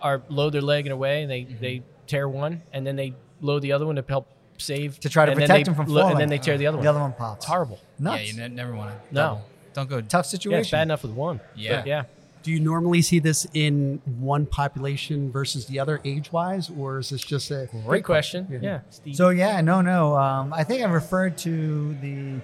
are load their leg in a way, and they Mm-hmm. they tear one, and then they load the other one to help save to try to and then protect they them from lo- falling. Uh, and then they tear the other one. The other one pops. It's horrible. yeah. Nuts. You ne- never want to. No. don't go. Tough Yeah, it's situation. bad enough with one. Yeah. But yeah. Do you normally see this in one population versus the other age wise, or is this just a Great question. Yeah. Steve. so yeah, no, no. Um, I think I referred to the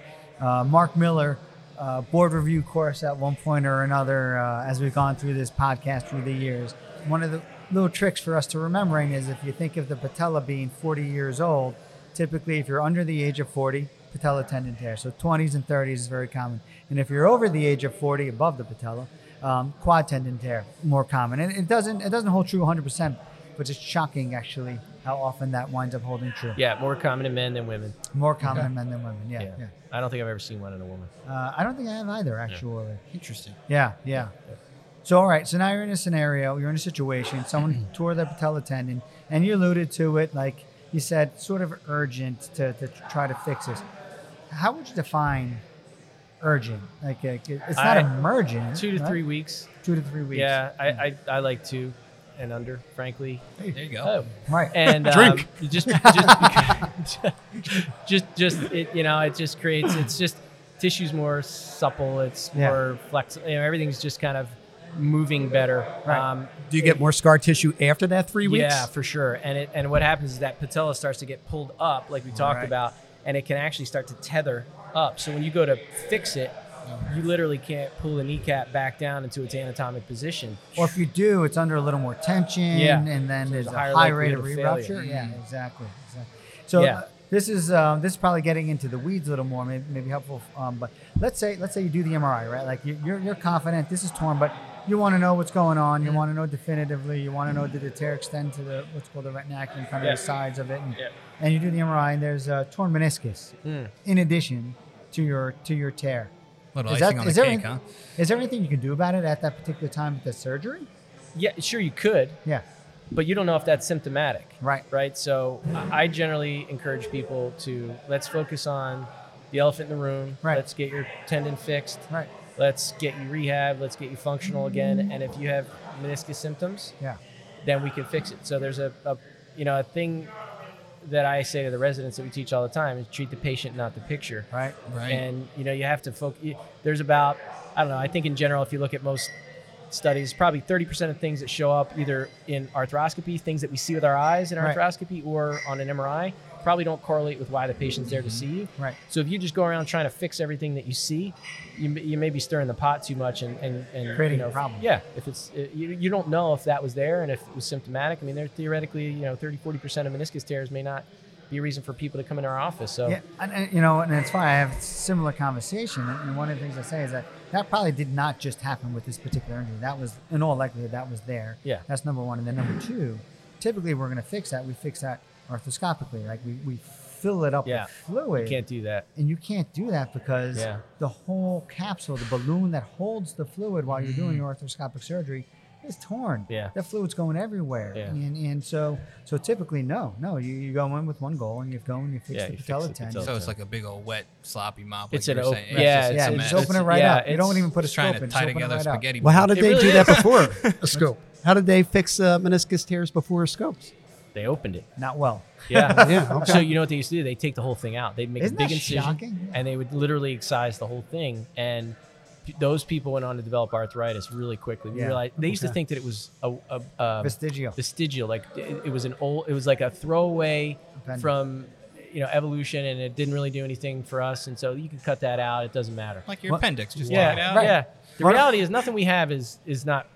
uh, Mark Miller uh, board review course at one point or another uh, as we've gone through this podcast through the years. One of the little tricks for us to remembering is if you think of the patella being 40 years old, typically if you're under the age of 40, patella tendon tear. So 20s and 30s is very common. And if you're over the age of 40, above the patella, um, quad tendon tear more common. And it doesn't it doesn't hold true 100%, but it's shocking actually how often that winds up holding true. yeah, more common in men than women. More common in men than women. Yeah. Yeah. yeah. I don't think I've ever seen one in a woman. Uh, I don't think I have either, actually. Interesting. Yeah, yeah. So, all right. So now you're in a scenario. You're in a situation. Someone tore their patella tendon, and you alluded to it, like you said, sort of urgent to, to try to fix this. How would you define urgent? Like uh, it's not I- emergent. Two to right? three weeks. Two to three weeks. Yeah, I, I, I like two and under, frankly. There you go. Oh. Right. And Drink. um, just just because, just just it, you know, it just creates it's just tissue's more supple, it's Yeah. more flexible. You know, everything's just kind of moving better. Right. Um, Do you get more scar tissue after that three weeks? yeah, for sure. And it and what happens is that patella starts to get pulled up, like we talked Right. about, and it can actually start to tether up. So when you go to fix it, you literally can't pull the kneecap back down into its anatomic position. Or if you do, it's under a little more tension, Yeah. and then So there's there's a a higher high rate of likelihood of re-rupture. failure. Mm. Yeah, exactly. exactly. So Yeah. uh, this is um, this is probably getting into the weeds a little more, maybe, maybe helpful. Um, but let's say let's say you do the MRI, right? Like you, you're you're confident this is torn, but you want to know what's going on. Mm-hmm. You want to know definitively. You want to know did the tear extend to the what's called the retinaculum, kind of Yeah. the sides of it, and, Yeah. and you do the MRI, and there's a torn meniscus Mm. in addition to your to your tear. Little Is icing that- on the is there cake, any- huh? Is there anything you can do about it at that particular time with the surgery? Yeah, sure you could, Yeah, but you don't know if that's symptomatic. right. Right. So I- I generally encourage people to let's focus on the elephant in the room. Right. Let's get your tendon fixed. Right. Let's get you rehab. Let's get you functional again. And if you have meniscus symptoms, Yeah. then we can fix it. So there's a, a you know a thing that I say to the residents that we teach all the time is treat the patient, not the picture. Right. Right. And you know you have to focus. There's about I don't know. I think in general, if you look at most studies, probably 30% of things that show up either in arthroscopy, things that we see with our eyes in Right. arthroscopy, or on an MRI, probably don't correlate with why the patient's there to see you. Right. So if you just go around trying to fix everything that you see, you, may- you may be stirring the pot too much and, and, and Creating you know, a problem. Yeah, if it's uh, you, you don't know if that was there and if it was symptomatic. I mean, there theoretically, you know, 30, 40 percent of meniscus tears may not be a reason for people to come into our office. So Yeah, and, and, you know, and it's funny. I have a similar conversation, and one of the things I say is that that probably did not just happen with this particular injury. That was, in all likelihood, that was there. Yeah. That's number one, and then number two, typically we're going to fix that. We fix that arthroscopically, like we, we fill it up Yeah. with fluid, you can't do that. and you can't do that because Yeah. the whole capsule, the balloon that holds the fluid while you're doing your arthroscopic surgery, is torn. Mm-hmm. Yeah. That fluid's going everywhere. Yeah. And, and so so typically no, no, you, you go in with one goal and you go and you fix Yeah, the you fix patella the tendon. patella. so it's like a big old wet sloppy mop. It's like an you were op- saying. yeah, just- it's- yeah, a you mess. just it's- open it right yeah, up. You don't it's- even put a Just trying scope to in. tie just open it together right up. spaghetti. Well, how did It they really do is. that before a scope? How did they fix uh, meniscus tears before scopes? They opened it. Not well. Yeah. Yeah, okay. So you know what they used to do? They take the whole thing out. They'd make Isn't a big that incision shocking? and they would literally excise the whole thing. And p- those people went on to develop arthritis really quickly. We Yeah. realized they used to Okay. think that it was a, a, a Vestigial. vestigial, like it, it was an old, it was like a throwaway Appendix. from you know evolution, and it didn't really do anything for us. And so you can cut that out; it doesn't matter. like your Well, appendix, just yeah, take it out. right. yeah. The One of- reality is nothing we have is is not,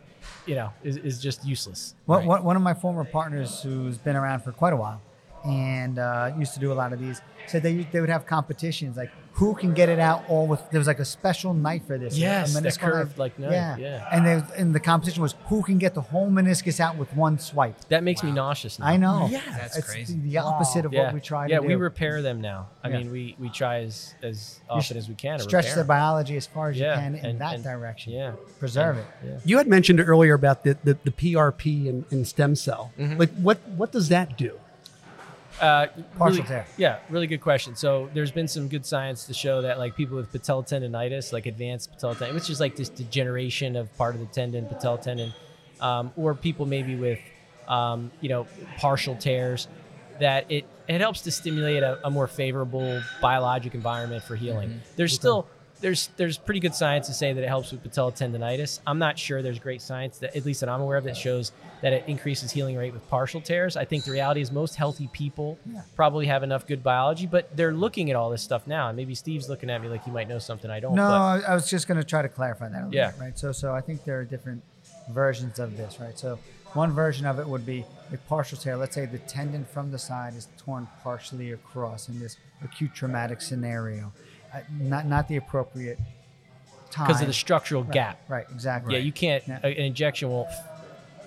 you know, is, is just useless. One, Right. one, one of my former partners who's been around for quite a while and uh, used to do a lot of these said they, they would have competitions like who can get it out all with there was like a special knife for this a Yes, that meniscal curved, like, knife, yeah. and they and the competition was who can get the whole meniscus out with one swipe That makes me Wow. nauseous. Now. I know Yeah. That's it's crazy. the opposite of yeah. what we try yeah, to do we repair them now. I Yeah. mean, we we try as as You often as we can. To stretch repair the them. biology as far as Yeah, you can in and- that and- direction Yeah, preserve it yeah. You had mentioned earlier about the, the, the PRP and, and stem cell. Like, what, what does that do? Uh, Partial really- tear. Yeah, really good question. So there's been some good science to show that like people with patella tendonitis, like advanced patella tendon, which is like this degeneration of part of the tendon, patella tendon, um, or people maybe with um, you know partial tears, that it it helps to stimulate a, a more favorable biologic environment for healing. There's still there's there's pretty good science to say that it helps with patella tendonitis. I'm not sure there's great science that at least that I'm aware of that shows that it increases healing rate with partial tears. I think the reality is most healthy people probably have enough good biology, but they're looking at all this stuff now. And maybe Steve's looking at me like he might know something I don't. No, but- I, I was just going to try to clarify that. A little Yeah. Bit, right. So, so I think there are different versions of this, right? So, one version of it would be a partial tear. Let's say the tendon from the side is torn partially across in this acute traumatic scenario, uh, not not the appropriate time because of the structural gap. Right. Exactly. Yeah, you can't. uh, Yeah. a- An injection won't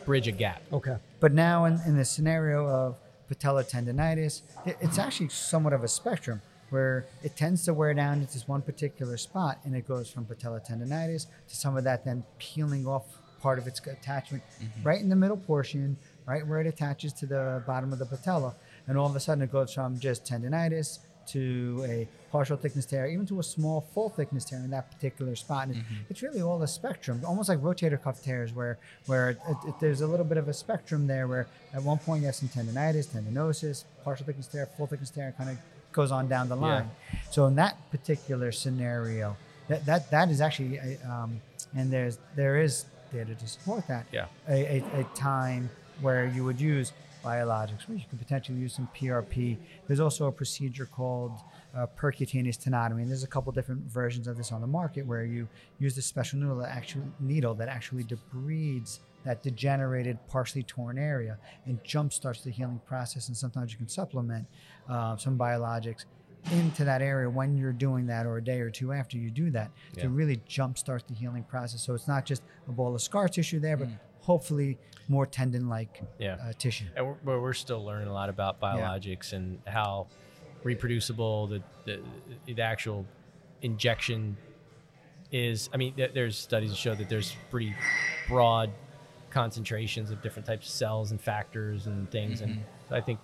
bridge a gap. Okay. But now, in, in the scenario of patella tendonitis, it- it's actually somewhat of a spectrum where it tends to wear down into this one particular spot and it goes from patella tendonitis to some of that then peeling off part of its attachment right in the middle portion, right where it attaches to the bottom of the patella. And all of a sudden, it goes from just tendonitis to a partial thickness tear, even to a small full thickness tear in that particular spot. And it- it's really all a spectrum, almost like rotator cuff tears, where where it, it- there's a little bit of a spectrum there, where at one point you have some tendonitis, tendinosis, partial thickness tear, full thickness tear, kind of goes on down the line. So in that particular scenario, that that, that is actually a, um, and uh, there's there is data to support that. Yeah. A, a, a time where you would use biologics, where you could potentially use some PRP. There's also a procedure called uh, percutaneous tenotomy, and there's a couple different versions of this on the market where you use this special needle that actually, needle that actually debrides that degenerated, partially torn area and jump starts the healing process. And sometimes you can supplement uh, some biologics into that area when you're doing that or a day or two after you do that Yeah. to really jumpstart the healing process. So it's not just a ball of scar tissue there, but hopefully more tendon like Mm. Yeah. uh, tissue. and we're, but we're still learning a lot about biologics and how reproducible the, the the actual injection is. I mean, there- there's studies that show that there's pretty broad concentrations of different types of cells and factors and things, and so I think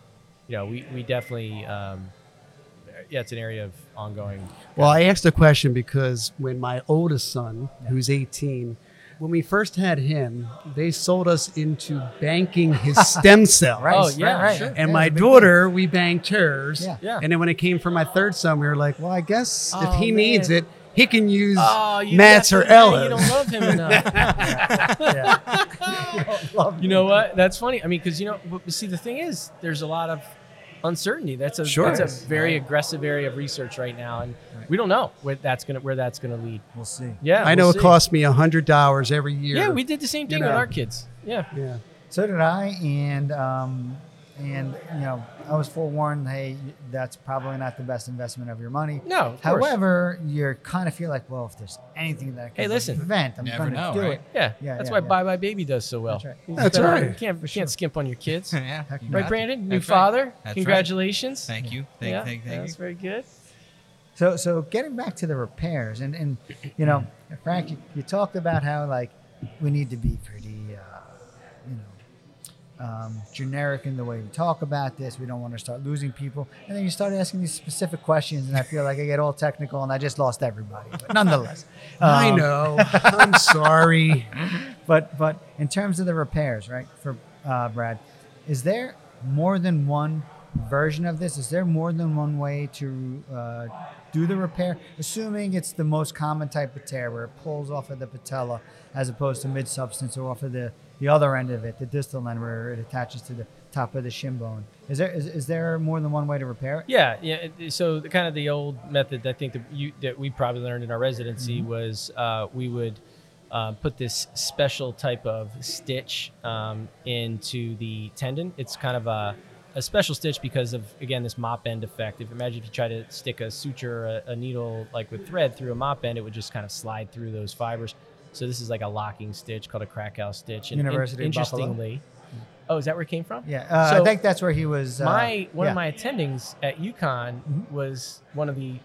you know we we definitely. Um, yeah, it's an area of ongoing. Well, I asked the question because when my oldest son, who's 18, when we first had him, they sold us into banking his stem cell. Right. Oh, yeah, right, right. sure. Yeah, And my it's a big daughter, we banked hers. Yeah. Yeah. And then when it came for my third son, we were like, well, I guess if Oh, he man. needs it, he can use Matt's or Ella's. Oh, You don't love him enough. thing. Yeah. Oh. You know what? That's funny. I mean, because you know, but- but see, the thing is, there's a lot of uncertainty. That's a Sure. that's a very aggressive area of research right now, and we don't know where that's gonna where that's gonna lead. We'll see. Yeah, I know we'll it see. cost me $100 every year. Yeah, we did the same thing know. with our kids. Yeah, Yeah. So did I, and um, and you know, I was forewarned. Hey, that's probably not the best investment of your money. no. of course. However, you're kind of feel like, well, if there's anything that I can Hey, listen. prevent, I'm Never going to know, do right? it. yeah, Yeah, that's yeah, why yeah. Bye Bye Baby does so well. That's right. You That's spend- right. You can't, you sure. can't skimp on your kids. yeah. Heck you no. got right, it. Brandon, new That's right. father. right. Congratulations. Thank you. Thank, yeah, thank, thank That's you. very good. So, so getting back to the repairs, and and you know, Frank, you, you talked about how like we need to be pretty, uh, you know, um, generic in the way we talk about this. We don't want to start losing people, and then you start asking these specific questions, and I feel like I get all technical, and I just lost everybody. But nonetheless, I Uh, um, know. I'm sorry. But but in terms of the repairs, right? For uh, Brad, is there more than one version of this? Is there more than one way to uh, do the repair? Assuming it's the most common type of tear where it pulls off of the patella as opposed to mid substance or off of the, the other end of it, the distal end where it attaches to the top of the shin bone. Is there is, is there more than one way to repair it? Yeah, yeah. it- So the, kind of the old method, I think that you that we probably learned in our residency Mm-hmm. was uh, we would uh, put this special type of stitch um, into the tendon. It's kind of a a special stitch because of again this mop end effect. If imagine if you try to stick a suture, a, a needle like with thread through a mop end, it would just kind of slide through those fibers. So this is like a locking stitch called a Krakow stitch. in- University of Buffalo. interestingly, oh, is that where it came from? Yeah, uh, I So- think that's where he was. Uh, my one yeah. Mm-hmm. of my attendings at UConn was one of the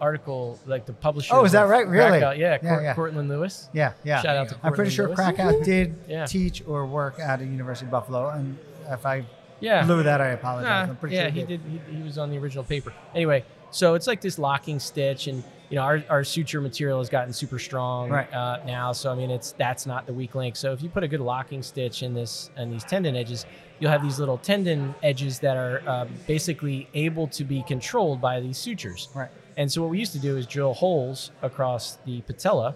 article like the publisher. Oh, is that of right? Really? Krakow. Yeah, Yeah, Court, yeah. Courtland Lewis. Yeah, yeah. Shout out to I'm pretty Courtland sure Lewis. Krakow did Yeah. teach or work at a University of Buffalo, and if I Yeah. blew that, I Nah, apologize. I'm pretty yeah, sure he did. He, he was on the original paper. Anyway, so it's like this locking stitch, and you know our, our suture material has gotten super strong Right. uh, now. So I mean, it's that's not the weak link. So if you put a good locking stitch in this and these tendon edges, you'll have these little tendon edges that are um, basically able to be controlled by these sutures. Right. And so what we used to do is drill holes across the patella,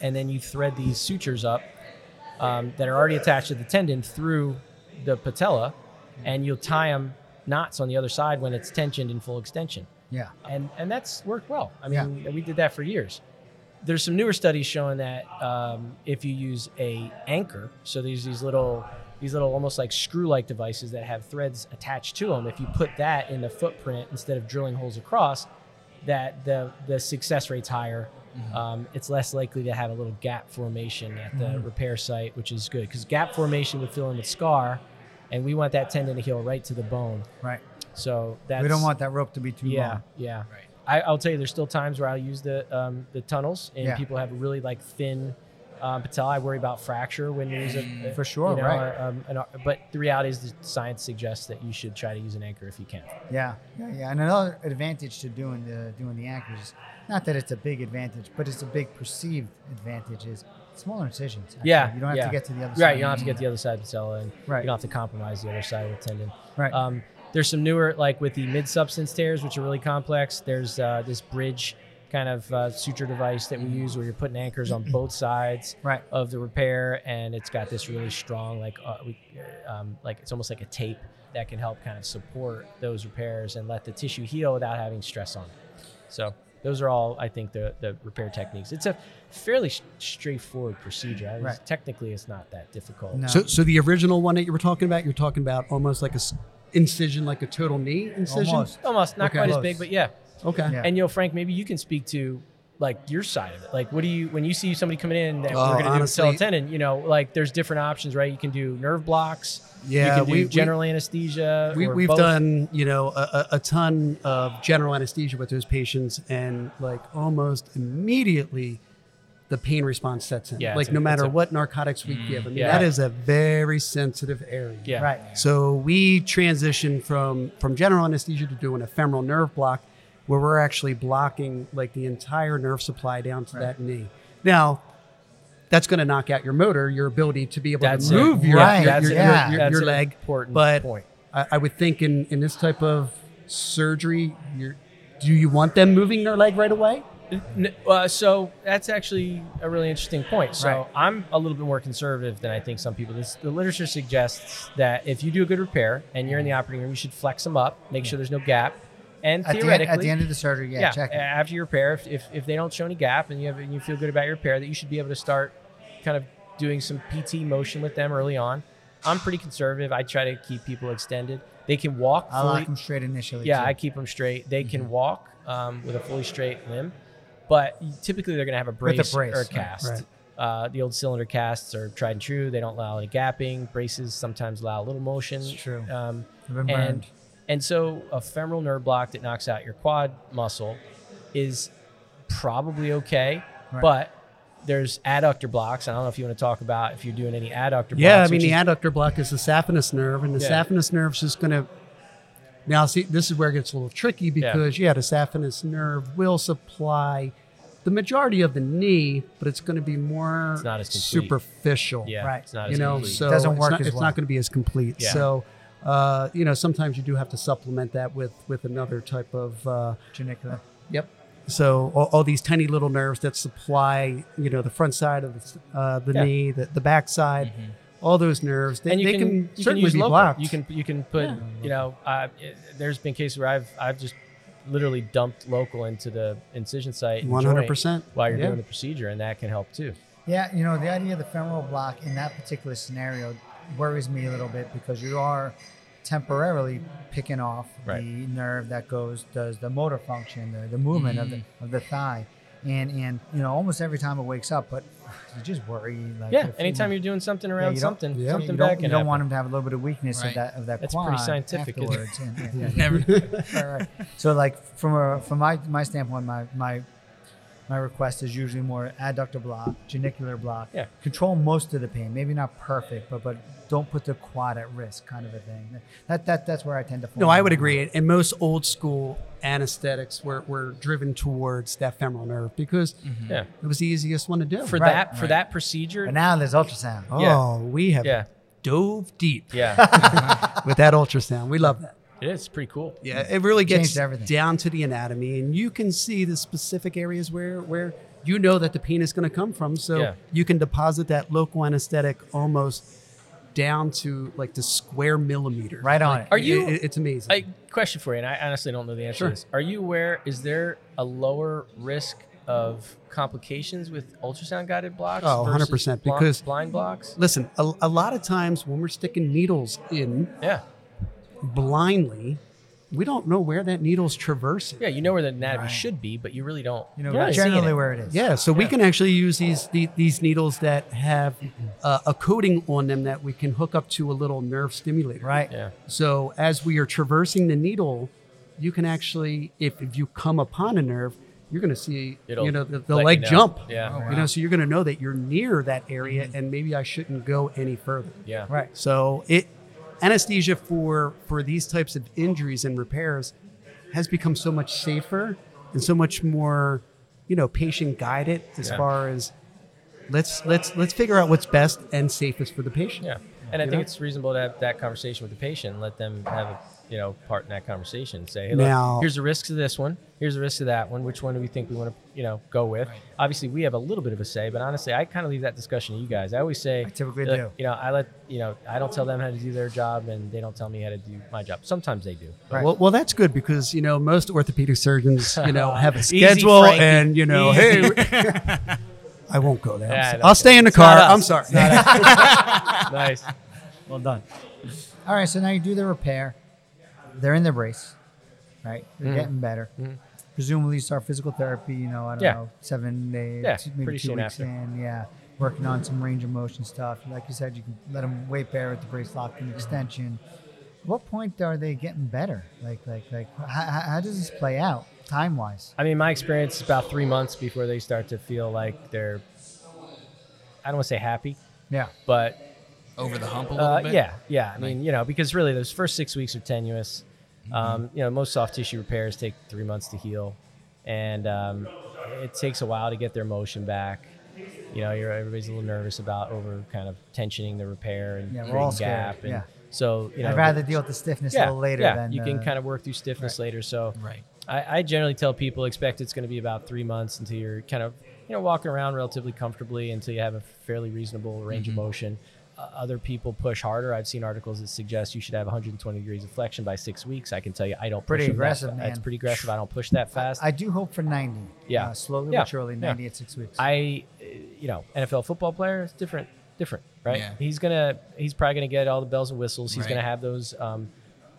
and then you thread these sutures up um, that are already attached to the tendon through the patella, and you'll tie them knots on the other side when it's tensioned in full extension. Yeah. And and that's worked well. I mean, we did that for years. There's some newer studies showing that um, if you use a anchor, so there's these little these little almost like screw-like devices that have threads attached to them. If you put that in the footprint instead of drilling holes across, that the the success rate's higher. Mm-hmm. Um, it's less likely to have a little gap formation at the Mm-hmm. repair site, which is good because gap formation would fill in with scar, and we want that tendon to heal right to the bone. Right. So that's we don't want that rope to be too yeah long. yeah. I, I'll tell you, there's still times where I'll use the um, the tunnels, and Yeah. people have really like thin um, patella. I worry about fracture when you use a Mm. For sure, you know, right. or, um, an, but the reality is, the science suggests that you should try to use an anchor if you can. Yeah, yeah, yeah. And another advantage to doing the doing the anchors, is not that it's a big advantage, but it's a big perceived advantage is smaller incisions. actually. Yeah, you don't have yeah. to get to the other side. Right, you don't have to get the other side of the patella, and Right. you don't have to compromise the other side of the tendon. Right. Um, there's some newer, like with the mid substance tears, which are really complex. There's uh, this bridge kind of uh, suture device that we use where you're putting anchors on both sides Right. of the repair, and it's got this really strong, like, uh, we, um, like it's almost like a tape that can help kind of support those repairs and let the tissue heal without having stress on it. So those are all, I think, the the repair techniques. It's a fairly s- straightforward procedure. I mean, Right. Technically, it's not that difficult. No. So, so the original one that you were talking about, you're talking about almost like a s- incision, like a total knee incision. Almost. Almost, not Okay. quite as Close. big, but yeah. Okay. Yeah. And you know, Frank, maybe you can speak to like your side of it. Like, what do you when you see somebody coming in that Oh, we're going to do honestly- patella tendon? You know, like there's different options, right? You can do nerve blocks. Yeah, you can do we- we- general anesthesia. We, or we've both. done, you know, a, a a ton of general anesthesia with those patients, and like almost immediately, the pain response sets in. Yeah, it's like a- no it's matter a- what narcotics we give, I mean, yeah. that is a very sensitive area. Yeah. Right. So we transitioned from from general anesthesia to doing ephemeral nerve block, where we're actually blocking like the entire nerve supply down to that knee. Now, that's going to knock out your motor, your ability to be able That's to it. move your, Right. your- That's your, it. your- Yeah. your- That's your an leg. important but point. I, I would think in in this type of surgery, you're, do you want them moving their leg right away? N- Uh, so that's actually a really interesting point. So Right. I'm a little bit more conservative than I think some people. This, the literature suggests that if you do a good repair and you're in the operating room, you should flex them up, make sure there's no gap, and At the, end, theoretically, at the end of the surgery, yeah, yeah, check it. after your repair, if, if, if they don't show any gap and you have and you feel good about your repair, that you should be able to start kind of doing some PT motion with them early on. I'm pretty conservative. I try to keep people extended. They can walk. I lock Fully. them straight initially. Yeah, too. Mm-hmm. I keep them straight. They can walk um, with a fully straight limb, but typically they're going to have a With a brace, brace, or a right, cast. right. Uh, the old cylinder casts are tried and true. They don't allow any gapping. Braces sometimes allow a little motion. It's true. Um, I've been and burned. and so a femoral nerve block that knocks out your quad muscle is probably okay, Right. but there's adductor blocks. I don't know if you want to talk about if you're doing any adductor. Yeah, blocks, I mean which the is- adductor block is the saphenous nerve, and the Yeah. saphenous nerve's just going to. Now, see, this is where it gets a little tricky because yeah, the saphenous nerve will supply the majority of the knee, but it's going to be more It's not as complete. superficial. yeah, right. It's not you as know, complete. so Doesn't it's work not, as it's well. not going to be as complete. Yeah. So, uh, you know, sometimes you do have to supplement that with with another type of. Uh, Janicula. Yep. So all, all these tiny little nerves that supply, you know, the front side of the, s- uh, the Yeah. Mm-hmm. knee, the, the back side, all those nerves, they, and you they can, can, you can certainly use be local. blocked. You can you can put you know uh, it- there's been cases where I've I've just literally dumped local into the incision site and joint 100%. while you're Yeah. doing the procedure and that can help too. Yeah, you know, the idea of the femoral block in that particular scenario worries me a little bit because you are temporarily picking off Right. the nerve that goes does the motor function, the, the movement of the Mm-hmm. of the thigh. And and you know, almost every time it wakes up, but you just worry like Yeah, if you- anytime you're doing something Yeah, around you don't- something, yeah. something you back don't, you can don't happen. want them to have a little bit of weakness Right. of that of that That's pretty quad scientific, isn't it? afterwards. And- and- and- Never. right, right. So like from a from my my standpoint, my my my request is usually more adductor block, genicular block. Yeah. Control most of the pain, maybe not perfect, but but don't put the quad at risk, kind of a thing. That that that's where I tend to. fall No, I on would that. agree. And most old school anesthetics were, were driven towards that femoral nerve because Yeah. it was the easiest one to do. Mm-hmm. For Right, that for right. that procedure. But now there's ultrasound. oh, Yeah. we have Yeah. dove deep Yeah. with that ultrasound. We love that. it is pretty cool. Yeah, it really gets Changed everything. down to the anatomy, and you can see the specific areas where where you know that the pain is going to come from. So Yeah. you can deposit that local anesthetic almost down to like the square millimeter. Right on it. Are you- it- it's amazing. I question for you, and I honestly don't know the answer Sure. to this. Are you aware? Is there a lower risk of complications with ultrasound guided blocks? Oh, versus 100%, blo- because- blind blocks. Listen, a, a lot of times when we're sticking needles in Yeah, blindly, we don't know where that needle's traversing. yeah. You know where the anatomy Right. should be, but you really don't. You know, you're not seeing generally it. where it is. Yeah, so we can actually use these the, these needles that have uh, a coating on them that we can hook up to a little nerve stimulator. Right. Yeah. So as we are traversing the needle, you can actually, if, if you come upon a nerve, you're going to see, It'll you know, the, the let you leg know. jump. Yeah. Oh, You wow. know, so you're going to know that you're near that area and maybe I shouldn't go any further. Yeah. Right. So it anesthesia for for these types of injuries and repairs has become so much safer and so much more, you know, patient guided as Yeah. far as let's let's let's figure out what's best and safest for the patient. Yeah. And I You think know? it's reasonable to have that conversation with the patient and let them have a you know part in that conversation. and Say, hey, look, Now- here's the risks of this one. Here's the risks of that one. Which one do we think we want to you know go with? Right. Obviously, we have a little bit of a say, but honestly, I kind of leave that discussion to you guys. I always say, I typically uh, do. You know, I let you know I don't tell them how to do their job, and they don't tell me how to do my job. Sometimes they do. But Right. Well, well, that's good because you know most orthopedic surgeons, you know, have a Easy, schedule, Frankie. and you know, Easy. hey, I won't go there. I'm Yeah, so- no, I'll stay in the it's car. not us. I'm sorry. It's not us. nice. Well done. All right, so now you do the repair. They're in the brace, right? They're Mhm. getting better. Presumably, you start physical therapy. You know, I don't Yeah. know, seven days, Yeah, maybe pretty two soon weeks after. in. Yeah, working on some range of motion stuff. Like you said, you can let them weight bear with the brace lock and extension. What point are they getting better? Like, like, like, how, how how does this play out time wise? I mean, my experience is about three months before they start to feel like they're. I don't want to say happy, Yeah, but Over the hump a little Uh, bit. yeah, yeah. I mean, you know, because really those first six weeks are tenuous. Mm-hmm. Um, you know, most soft tissue repairs take three months to heal, and um, it takes a while to get their motion back. You know, you're, everybody's a little nervous about over kind of tensioning the repair and Yeah, we're creating all scared, gap. And yeah. So you know, I'd rather deal with the stiffness a yeah, little later yeah, than you can uh, kind of work through stiffness later. So Right. I, I generally tell people expect it's going to be about three months until you're kind of you know walking around relatively comfortably until you have a fairly reasonable range Mm-hmm. of motion. Uh, other people push harder. I've seen articles that suggest you should have 120 degrees of flexion by six weeks. I can tell you, I don't. Pretty push them that aggressive, fa- man. It's pretty aggressive. I don't push that fast. I do hope for ninety. Yeah. uh, slowly Yeah, but surely, yeah. ninety at six weeks. I, uh, you know, NFL football player is different, different, right? Yeah. He's gonna, he's probably gonna get all the bells and whistles. He's Right. gonna have those, um,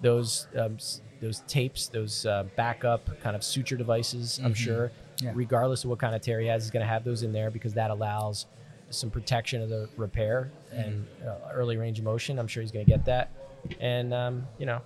those, um, s- those tapes, those uh, backup kind of suture devices. Mm-hmm. I'm sure, Yeah. regardless of what kind of tear he has, he's gonna have those in there because that allows some protection of the repair Mm-hmm. and uh, early range of motion. I'm sure he's gonna get that, and um, you know,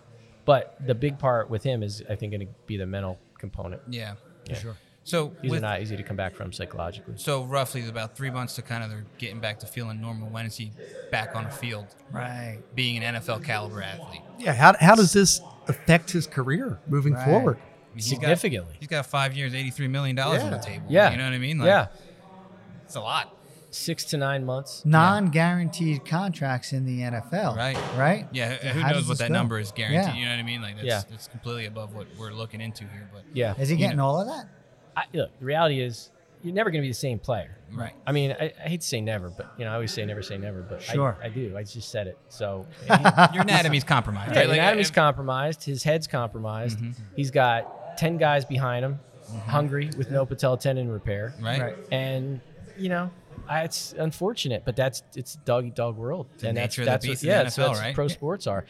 but the big part with him is, I think, gonna be the mental component. Yeah. Yeah. So These with, are not easy to come back from psychologically. so roughly it's about three months to kind of they're getting back to feeling normal. When is he back on a field right. being an NFL caliber athlete? Yeah. How, how does this affect his career moving Right. I forward? mean, he's got- Significantly. He's got five years, eighty-three million dollars on the Yeah. table. Yeah. you know what I mean. yeah. it's a lot. six to nine months. non-guaranteed contracts in the NFL. Right. Right. Yeah, who- who how knows does what this that go? number is guaranteed? Yeah. You know what I mean? Like that's Yeah. that's completely above what we're looking into here. But Yeah. Is he You getting know. all of that? I, look, the reality is you're never going to be the same player. right, I mean, I, I hate to say never, but you know, I always say never say never, but I- Sure. I, do. I just said it. So your anatomy's compromised. yeah, right? Like, Adam's if- Mm-hmm. compromised. His head's compromised. He's got ten guys behind him, hungry with no patella tendon repair, right. Right. and you know. I, it's unfortunate, but that's it's dog dog world, The and that's nature of the that's beast of what, the yeah, that's NFL, what right? pro sports are.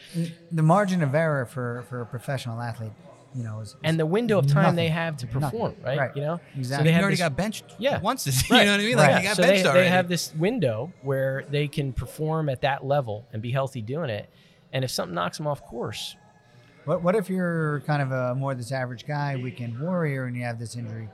The margin of error for for a professional athlete, you know, is, is and the window of time they nothing. have to Nothing. perform, right? Right. You know, Exactly. You have already this- got benched. Yeah. once this. Right. You know what I mean? Right. Like you got so they, benched already. they have this window where they can perform at that level and be healthy doing it. And if something knocks them off course, What What if you're kind of a more this average guy, weekend warrior, and you have this injury?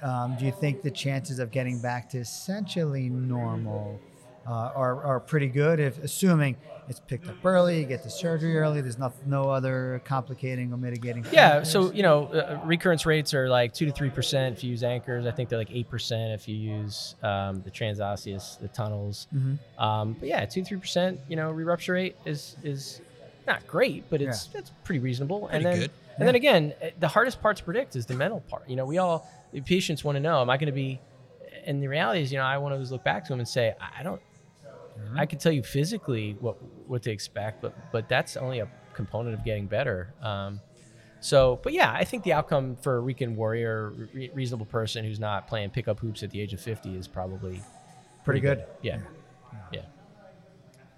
Um, do you think the chances of getting back to essentially normal uh, are are pretty good? If assuming it's picked up early, you get the surgery early. There's no, no other complicating or mitigating. yeah. factors. So you know, uh, recurrence rates are like two to three percent if you use anchors. I think they're like eight percent if you use um, the transosseous, the tunnels. Mhm. Mm-hmm. Um, but yeah, two three percent. You know, re-rupture rate is is not great, but it's that's pretty reasonable. Pretty and then good. and then again, eh, the hardest part to predict is the mental part. You know, we all the patients want to know, am I going to be? And the reality is, you know, I want to just look back to them and say, I I don't. Mm-hmm. I can tell you physically what what to expect, but but that's only a component of getting better. Um, so, but yeah, I think the outcome for a Rican warrior, re- reasonable person who's not playing pickup hoops at the age of fifty is probably pretty good. Yeah.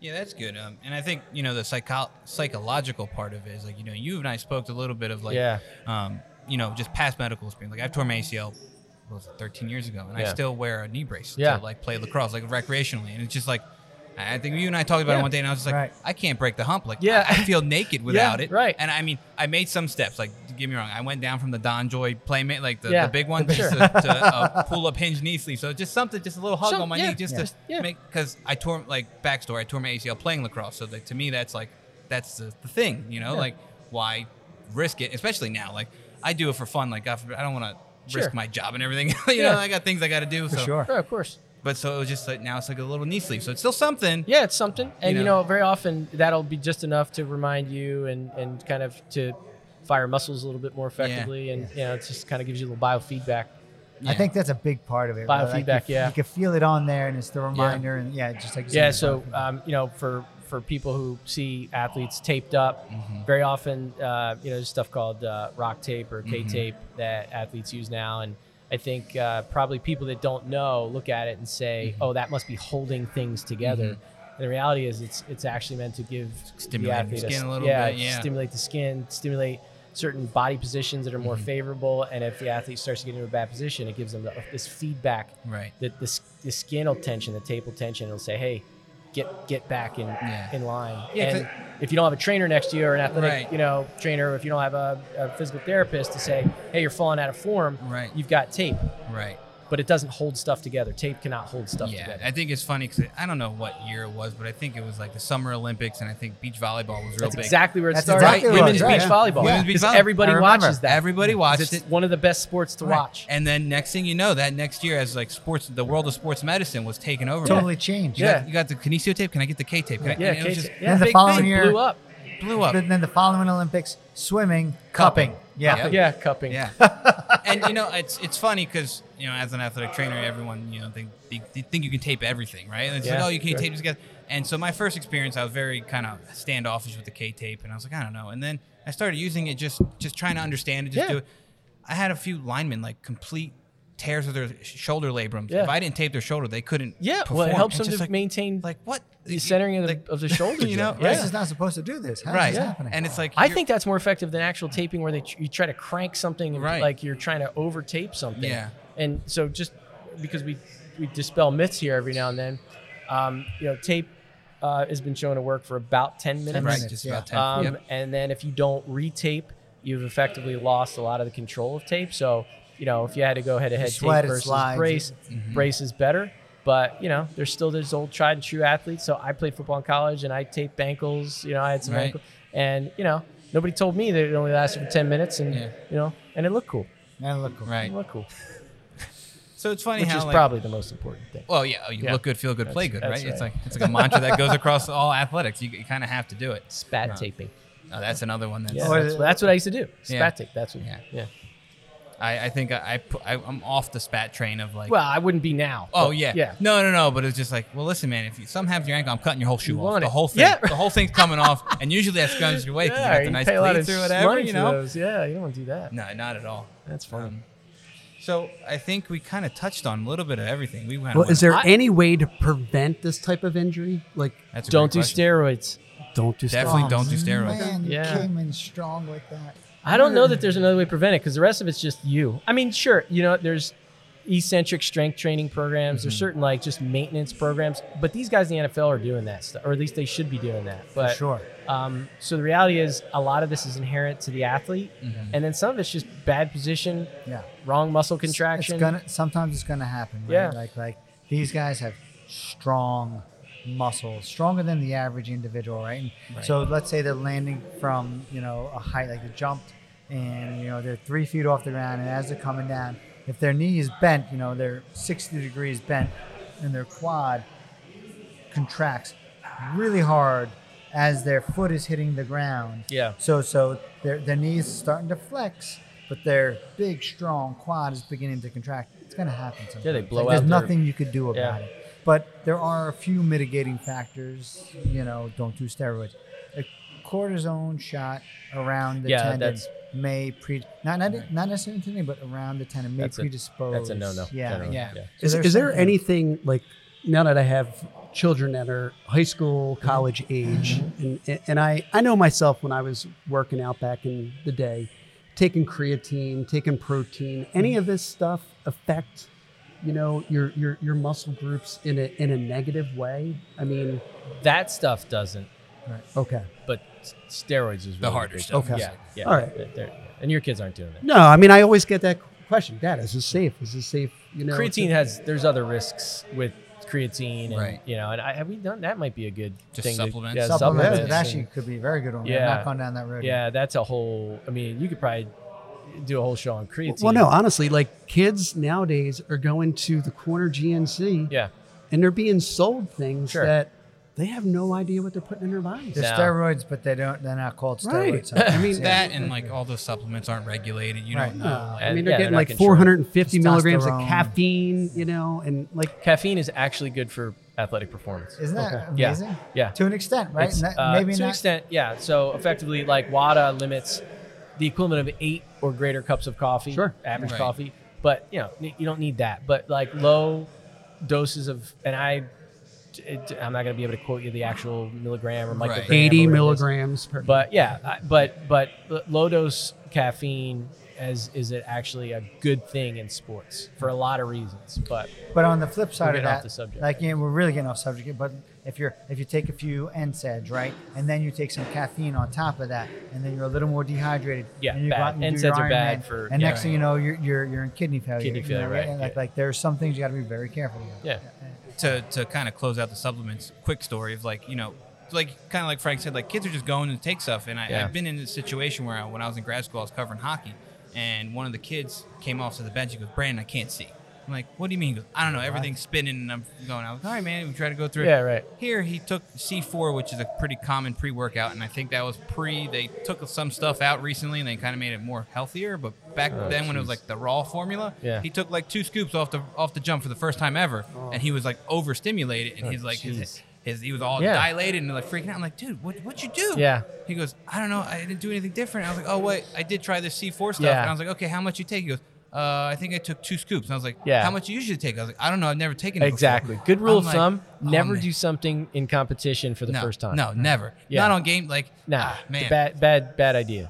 Yeah, that's good. Um, and I think you know the psycho- psychological part of it is like you know you and I spoke a little bit of like Yeah. um, you know just past medical experience. Like I've torn my ACL what was it, 13 years ago, and I Yeah. still wear a knee brace Yeah. to like play lacrosse like recreationally, and it's just like. I I think you and I talked about Yeah. it one day, and I was just like, Right. I can't break the hump. Like, Yeah. I, I feel naked without it. right. And I mean, I made some steps. Like, don't get me wrong, I went down from the Don Joy playmate, like the, Yeah. the big one, Sure. to, to a pull up hinge knee sleeve. So just something, just a little hug Some- on my yeah, knee, just yeah. to Yeah. make because I tore like backstory. I tore my ACL playing lacrosse, so like to me that's like that's the, the thing, you know, like why risk it, especially now. Like I do it for fun. Like God forbid, I don't want to Sure. risk my job and everything. you Yeah. know, I got things I got to do. For so sure. Sure, Oh, of course. But so it was just like now it's like a little knee sleeve. So it's still something. Yeah, it's something. And You you know, know. very often that'll be just enough to remind you and, and kind of to fire muscles a little bit more effectively. And, you know, it just kind of gives you a little biofeedback. I think that's a big part of it. right? Like, Biofeedback, you, yeah. You can feel it on there, and it's the reminder, and yeah, just like you Yeah. said, So, um, you know, for, for people who see athletes taped up, Mhm. very often, uh, you know, there's stuff called uh, rock tape or Mm-hmm. K tape that athletes use now. And I think uh, probably people that don't know look at it and say, Mm-hmm. oh, that must be holding things together. And the reality is, it's it's actually meant to give Stimulate the the athlete skin a little bit, yeah. stimulate the skin, stimulate certain body positions that are more Mm-hmm. favorable. And if the athlete starts to get into a bad position, it gives them the, this feedback Right. that the, s- the skin will tension, the tape will tension. It'll say, hey, get get back in Yeah. in line. Yeah, 'cause and if you don't have a trainer next to you or an athletic, Right. you know, trainer, or if you don't have a, a physical therapist to say, hey, you're falling out of form, Right. you've got tape, Right. but it doesn't hold stuff together. Tape cannot hold stuff yeah, together. I think it's funny because I don't know what year it was, but I think it was like the Summer Olympics, and I think beach volleyball was real That's big. exactly where it That's started. exactly what it Women's was, beach yeah. volleyball. Women's beach Because volleyball. everybody I remember. watches that. Everybody watched It's it. one of the best sports to Right. watch. And then next thing you know, that next year, as like sports, the world of sports medicine was taken over. by- totally changed. You, Yeah. got, you got the kinesio tape. Can I get the K tape? Can I- Yeah, and it was K-tape. just Yeah. And the big following thing. year- Blew up. blew up. But then the following Olympics, swimming, cupping. Yeah. Cupping. Yeah, cupping. Yeah. and you know, it's it's funny because you know, as an athletic trainer, everyone you know they, they, they think you can tape everything, right? And it's like, Yeah, oh, you can't sure. tape this together. And so my first experience, I was very kind of standoffish with the K tape, and I was like, I don't know. And then I started using it, just just trying to understand it, just Yeah. do it. I had a few linemen like complete tears of their sh- shoulder labrums. Yeah. If I didn't tape their shoulder, they couldn't. Yeah, perform. well, it helps It's them to just like, maintain like what the centering of the, Like, of the shoulder. you know, joint. right. This is not supposed to do this. How's right? this happening? Oh, And it's like I you're- think that's more effective than actual taping, where they tr- you try to crank something, and Right. like you're trying to over tape something. Yeah. And so just because we we dispel myths here every now and then, um, you know, tape uh, has been shown to work for about ten minutes. right, minutes, just yeah. about ten. Um, yep. And then if you don't retape, you've effectively lost a lot of the control of tape. So you know, if you had to go head to head tape sweat, it versus slides. brace, Mm-hmm. brace is better. But you know, there's still those old tried and true athletes. So I played football in college, and I taped ankles. You know, I had some Right. ankle, and you know, nobody told me that it only lasted for ten minutes, and Yeah. you know, and it looked cool. Man, look cool. Right. It looked cool, So it's funny which how is like, probably the most important thing. Well, yeah, you Yeah. look good, feel good, play That's- good, that's right? It's right. like it's like a mantra that goes across all athletics. You, you kind of have to do it. Spat taping. Oh, that's another one that's. Yeah, Or that's, the- that's what I used to do. Spat Yeah. tape. That's what. Yeah. Yeah. I, I think I, I, pu- I I'm off the spat train of like. Well, I wouldn't be now. oh but yeah. Yeah. No, no, no. But it's just like, well, listen, man. If you something happens to your ankle, I'm cutting your whole shoe You off. want The it. whole thing. Yeah. The whole thing's coming off, and usually that comes your way because you got the nice pay a lot of cleats or whatever. money You for know. those. Yeah, you don't want to do that. No, not at all. That's funny. Um, so I think we kind of touched on a little bit of everything. We went. Well, is there I- any way to prevent this type of injury? Like, That's a great don't do question. steroids. don't do Definitely Oh, don't do steroids. Man, you Yeah. came in strong with that. I don't know that there's another way to prevent it because the rest of it's just you. I mean, sure, you know, there's eccentric strength training programs. Mm-hmm. There's certain like just maintenance programs, but these guys in the NFL are doing that stuff, or at least they should be doing that. But sure. um, so the reality is, a lot of this is inherent to the athlete, Mm-hmm. and then some of it's just bad position, Yeah. wrong muscle It's contraction. gonna sometimes it's gonna happen. Right? Yeah. Like like these guys have strong muscles, stronger than the average individual, right? And Right. So let's say they're landing from you know a height, like they jumped, and you know they're three feet off the ground, and as they're coming down, if their knee is bent, you know they're sixty degrees bent, and their quad contracts really hard as their foot is hitting the ground. Yeah. So so their their knees are starting to flex, but their big strong quad is beginning to contract. It's gonna happen. Sometimes. Yeah, they blow There's out their- nothing you could do about Yeah. it. But there are a few mitigating factors. You know, don't do steroids. A cortisone shot around the Yeah, tendon that's- may pre not not, not necessarily tendon, but around the tendon may That's a- predispose. that's a no-no, Yeah, generally, yeah. yeah. So Is, there's is there something- anything like now that I have children that are high school, college age, and, and I, I know myself when I was working out back in the day, taking creatine, taking protein, any of this stuff affect, you know, your your, your muscle groups in a in a negative way? I mean, that stuff doesn't, okay. but s- steroids is The really harder big. stuff. Okay. Yeah, yeah. All right. they're- they're- and your kids aren't doing that. No, I mean I always get that question. Dad, is this safe? Is this safe? You know, creatine has there's other risks with creatine and Right. you know and I, have we done that might be a good Just thing to- supplements. yeah, Supplements supplements it and- actually could be a very good one. Yeah. Yeah. I've not gone down that road. yet. yeah that's a whole i mean you could probably do a whole show on creatine. Well, no, honestly, like kids nowadays are going to the corner GNC Yeah. and they're being sold things Sure. that they have no idea what they're putting in their bodies. They're No. steroids, but they don't. They're not called Right. steroids. I mean, That and like all those supplements aren't regulated. You Right. don't know. Uh, I And- mean, they're yeah, getting they're not like controlled. 450 milligrams of Testosterone. caffeine, you know, and like Caffeine is actually good for athletic performance. Isn't that Yeah. amazing? Yeah. To an extent, right? It's, And that- uh, maybe to an not. extent, yeah. So effectively, like WADA limits the equivalent of eight or greater cups of coffee, Sure. average Right. coffee. But you know, n- you don't need that. But like low doses of, and I, it, I'm not going to be able to quote you the actual milligram or Right. microgram. or 80 whatever it is. milligrams per. But yeah, I- but but low dose caffeine as is it actually a good thing in sports for a lot of reasons. But But on the flip side of getting off that, the subject. like yeah, we're really getting off subject. here, But if you're if you take a few NSAIDs, right, and then you take some caffeine on top of that, and then you're a little more dehydrated. Yeah, and you bad. NSAIDs are bad for- And yeah. next thing you know, you're you're, you're in kidney failure. Kidney you failure, know, right, and Like yeah. like there are some things you got to be very careful. With. yeah, to to kind of close out the supplements, quick story of like you know, like kind of like Frank said, like kids are just going and take stuff. And I, Yeah. I've been in this situation where I, when I was in grad school, I was covering hockey, and one of the kids came off to the bench. He goes, "Brandon, I can't see." I'm like, "What do you mean?" He goes, "I don't know. Everything's spinning." And I'm going, "I was all right, man. We try to go through." it." Yeah, right. Here he took C4, which is a pretty common pre-workout, and I think that was pre. They took some stuff out recently, and they kind of made it more healthier. But back then, when it was like the raw formula, Oh, Yeah. he took like two scoops off the off the jump for the first time ever, and he was like overstimulated, and he's like Oh. jeez. his, his he was all Yeah. dilated and like freaking out. I'm like, dude, what what you do? Yeah. He goes, I don't know, I didn't do anything different. I was like, oh wait, I did try this C4 stuff, Yeah. and I was like, okay, how much you take? He goes. Uh, I think I took two scoops. And I was like, Yeah. "How much you usually take?" I was like, "I don't know. I've never taken it before." exactly. Good rule I'm of like, thumb: "Oh, never man." do something in competition for the no, first time. No, never. Yeah. Not on game. Like, Nah, ah, man. bad, bad, bad idea.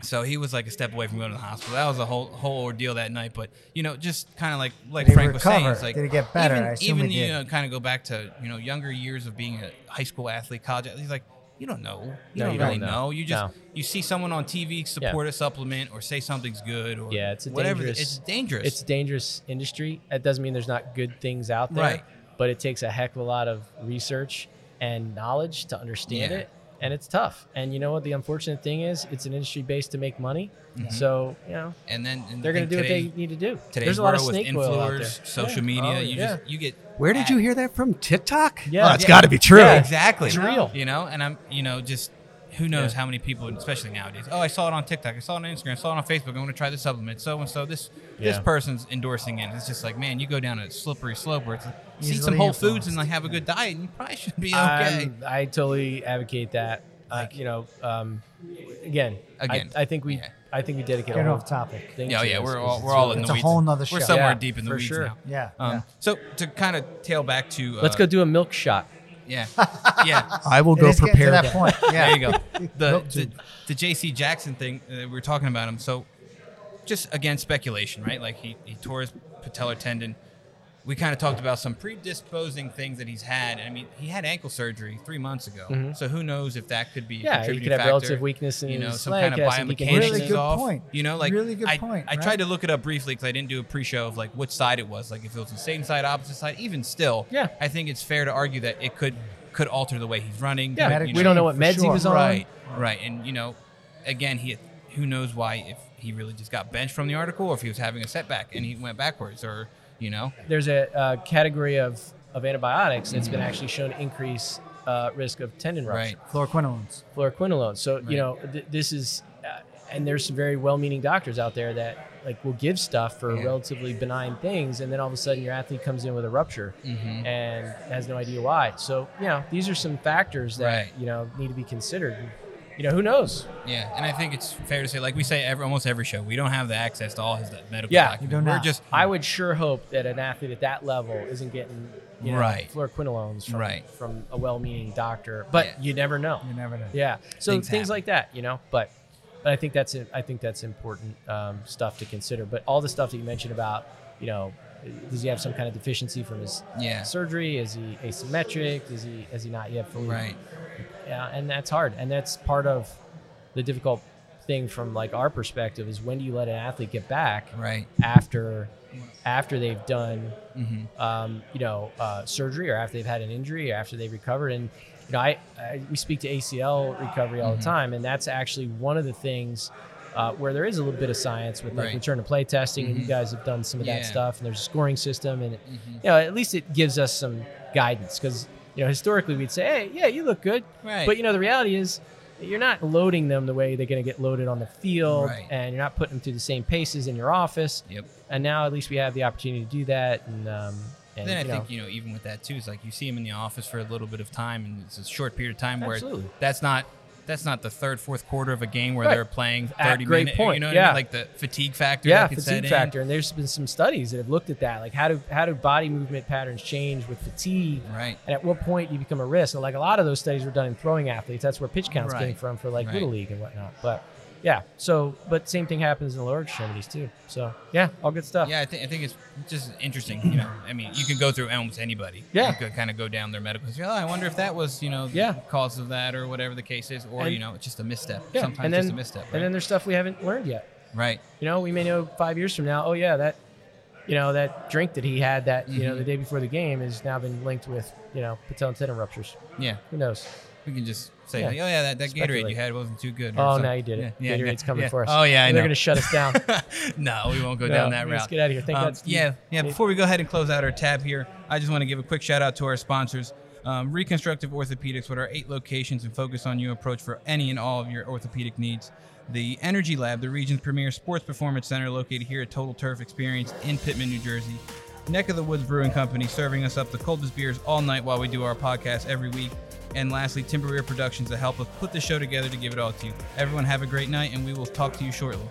So he was like a step away from going to the hospital. That was a whole whole ordeal that night. But you know, just kind of like like Did he Frank was saying, recover? it's like Did he get better? Even, I assume even he did. you know, kind of go back to you know younger years of being a high school athlete, college. athlete. He's like, you don't know. You No, don't you really don't know. know. You just No. you see someone on TV support a supplement or say something's good or Yeah, it's a whatever. dangerous- It's dangerous. It's a dangerous industry. That doesn't mean there's not good things out there, Right. but it takes a heck of a lot of research and knowledge to understand Yeah. it, and it's tough. And you know what? The unfortunate thing is, it's an industry based to make money. So you know and then and they're going Mm-hmm. and to do today, what they need to do. Today's there's a lot of world snake with oil out there. influencers, social Yeah. media. Oh, you yeah. just you get Where did you hear that from? TikTok? Yeah. Oh, it's Yeah. got to be true. Yeah, Yeah, exactly. It's real. You know, and I'm, you know, just who knows how many people, especially nowadays. Oh, I saw it on TikTok. I saw it on Instagram. I saw it on Facebook. I'm going to try this supplement. So and so, this this Yeah. person's endorsing it. It's just like, man, you go down a slippery slope where it's like, just eat Easily some whole influenced. foods and like have a good diet, and you probably should be okay. I'm- I totally advocate that. Like you know, um, again, I- Again. I, think we, Yeah. I think we dedicate Get a off whole topic. thing. yeah, to yeah, this, we're 'cause all it's we're all really- in the It's a weeds. whole nother We're show. somewhere Yeah, deep in the for weeds sure. now. Yeah. Um, yeah. So to kind of tail back to uh, Let's go do a milk shot. Yeah, yeah. I will It go is getting prepare to that that. point. Yeah. There you go. The Milk the, the J.C. Jackson thing uh, we were talking about him. So, just again speculation, right? Like he, he tore his patellar tendon. We kind of talked about some predisposing things that he's had. I mean, he had ankle surgery three months ago, so who knows if that could be a Mm-hmm. Yeah, he contributing could have factor, relative weakness in you know his some leg, kind of could have some biomechanics Really is good off. point. You know, like Really good I, point, I right? tried to look it up briefly because I didn't do a pre-show of like which side it was, like if it was the same side, opposite side. Even still, Yeah. I think it's fair to argue that it could could alter the way he's running. Yeah, could, you we don't know know, what for meds he sure. was on. Right, right, and you know, again, he who knows why if he really just got benched from the article, or if he was having a setback and he went backwards, or you know, There's a uh, category of, of antibiotics that's been actually shown to increase uh, risk of tendon rupture, right, Fluoroquinolones. fluoroquinolones. So you Right. know th- this is, uh, and there's some very well-meaning doctors out there that like will give stuff for Yeah. relatively benign things, and then all of a sudden your athlete comes in with a rupture Mhm. and has no idea why. So you know these are some factors that Right. you know need to be considered. You know who knows? yeah, and I think it's fair to say, like we say, every, almost every show, we don't have the access to all his uh, medical. Yeah, you documents. do We're not. just I would sure hope that an athlete at that level isn't getting you know, Right. fluoroquinolones from, Right. from a well-meaning doctor, but Yeah. you never know. You never know. Yeah, so Things things, like that, you know. But, but I think that's it. I think that's important um, stuff to consider. But all the stuff that you mentioned about, you know, does he have some kind of deficiency from his Yeah. surgery? Is he asymmetric? Is he is he not yet fully right. yeah, and that's hard, and that's part of the difficult thing from like our perspective is when do you let an athlete get back Right. after after they've done Mm-hmm. um, you know uh, surgery or after they've had an injury or after they've recovered and Mm-hmm. you know I, I we speak to ACL recovery all the time and that's actually one of the things uh, where there is a little bit of science with like Right. return to play testing, and you Mhm. guys have done some of Yeah. that stuff, and there's a scoring system, and it, Mhm. you know, at least it gives us some guidance because you know historically we'd say, hey, yeah, you look good, Right. but you know the reality is you're not loading them the way they're going to get loaded on the field, Right. and you're not putting them through the same paces in your office. Yep. And now at least we have the opportunity to do that, and um, and then I you know, think you know, even with that too, it's like you see him in the office for a little bit of time, and it's a short period of time Absolutely. where that's not that's not the third, fourth quarter of a game where Right. they're playing Ah, thirty great minutes. You point. know what I Yeah. mean? Like the fatigue factor. yeah, that could set fatigue in. factor, and there's been some studies that have looked at that, like how do how do body movement patterns change with fatigue, Right. and at what point do you become a risk? And like a lot of those studies were done in throwing athletes. That's where pitch counts came Right. from for like Right. little league and whatnot. But yeah, so but same thing happens in the lower extremities too. So yeah, all good stuff. Yeah, I think I think it's just interesting. You know, I mean, you can go through almost anybody. Yeah. You could kind of go down their medical history. Oh, I wonder if that was you know the Yeah. cause of that or whatever the case is, or And- you know, it's just a misstep. Yeah, Sometimes and then just a misstep. Right. and then there's stuff we haven't learned yet. right. You know, we may know five years from now. Oh yeah, that you know that drink that he had that you know Mhm. the day before the game has now been linked with you know patella tendon ruptures. Yeah. Who knows? We can just say, Yeah. like, oh yeah, that, that Gatorade Speculate. you had wasn't too good. or Oh, something. now you did it. Yeah, yeah, Gatorade's yeah, coming yeah. for us. Oh yeah, I they're know. going to shut us down. no, we won't go No, down that let's route. get outta here. Thank Um, God, Steve. Yeah, yeah. Hey. Before we go ahead and close out our tab here, I just want to give a quick shout out to our sponsors. Um, Reconstructive Orthopedics with our eight locations and focus on you approach for any and all of your orthopedic needs. The Energy Lab, the region's premier sports performance center located here at Total Turf Experience in Pittman, New Jersey. Neck of the Woods Brewing Company serving us up the coldest beers all night while we do our podcast every week. And lastly, Timber Rear Productions that help us put the show together to give it all to you. Everyone have a great night and we will talk to you shortly.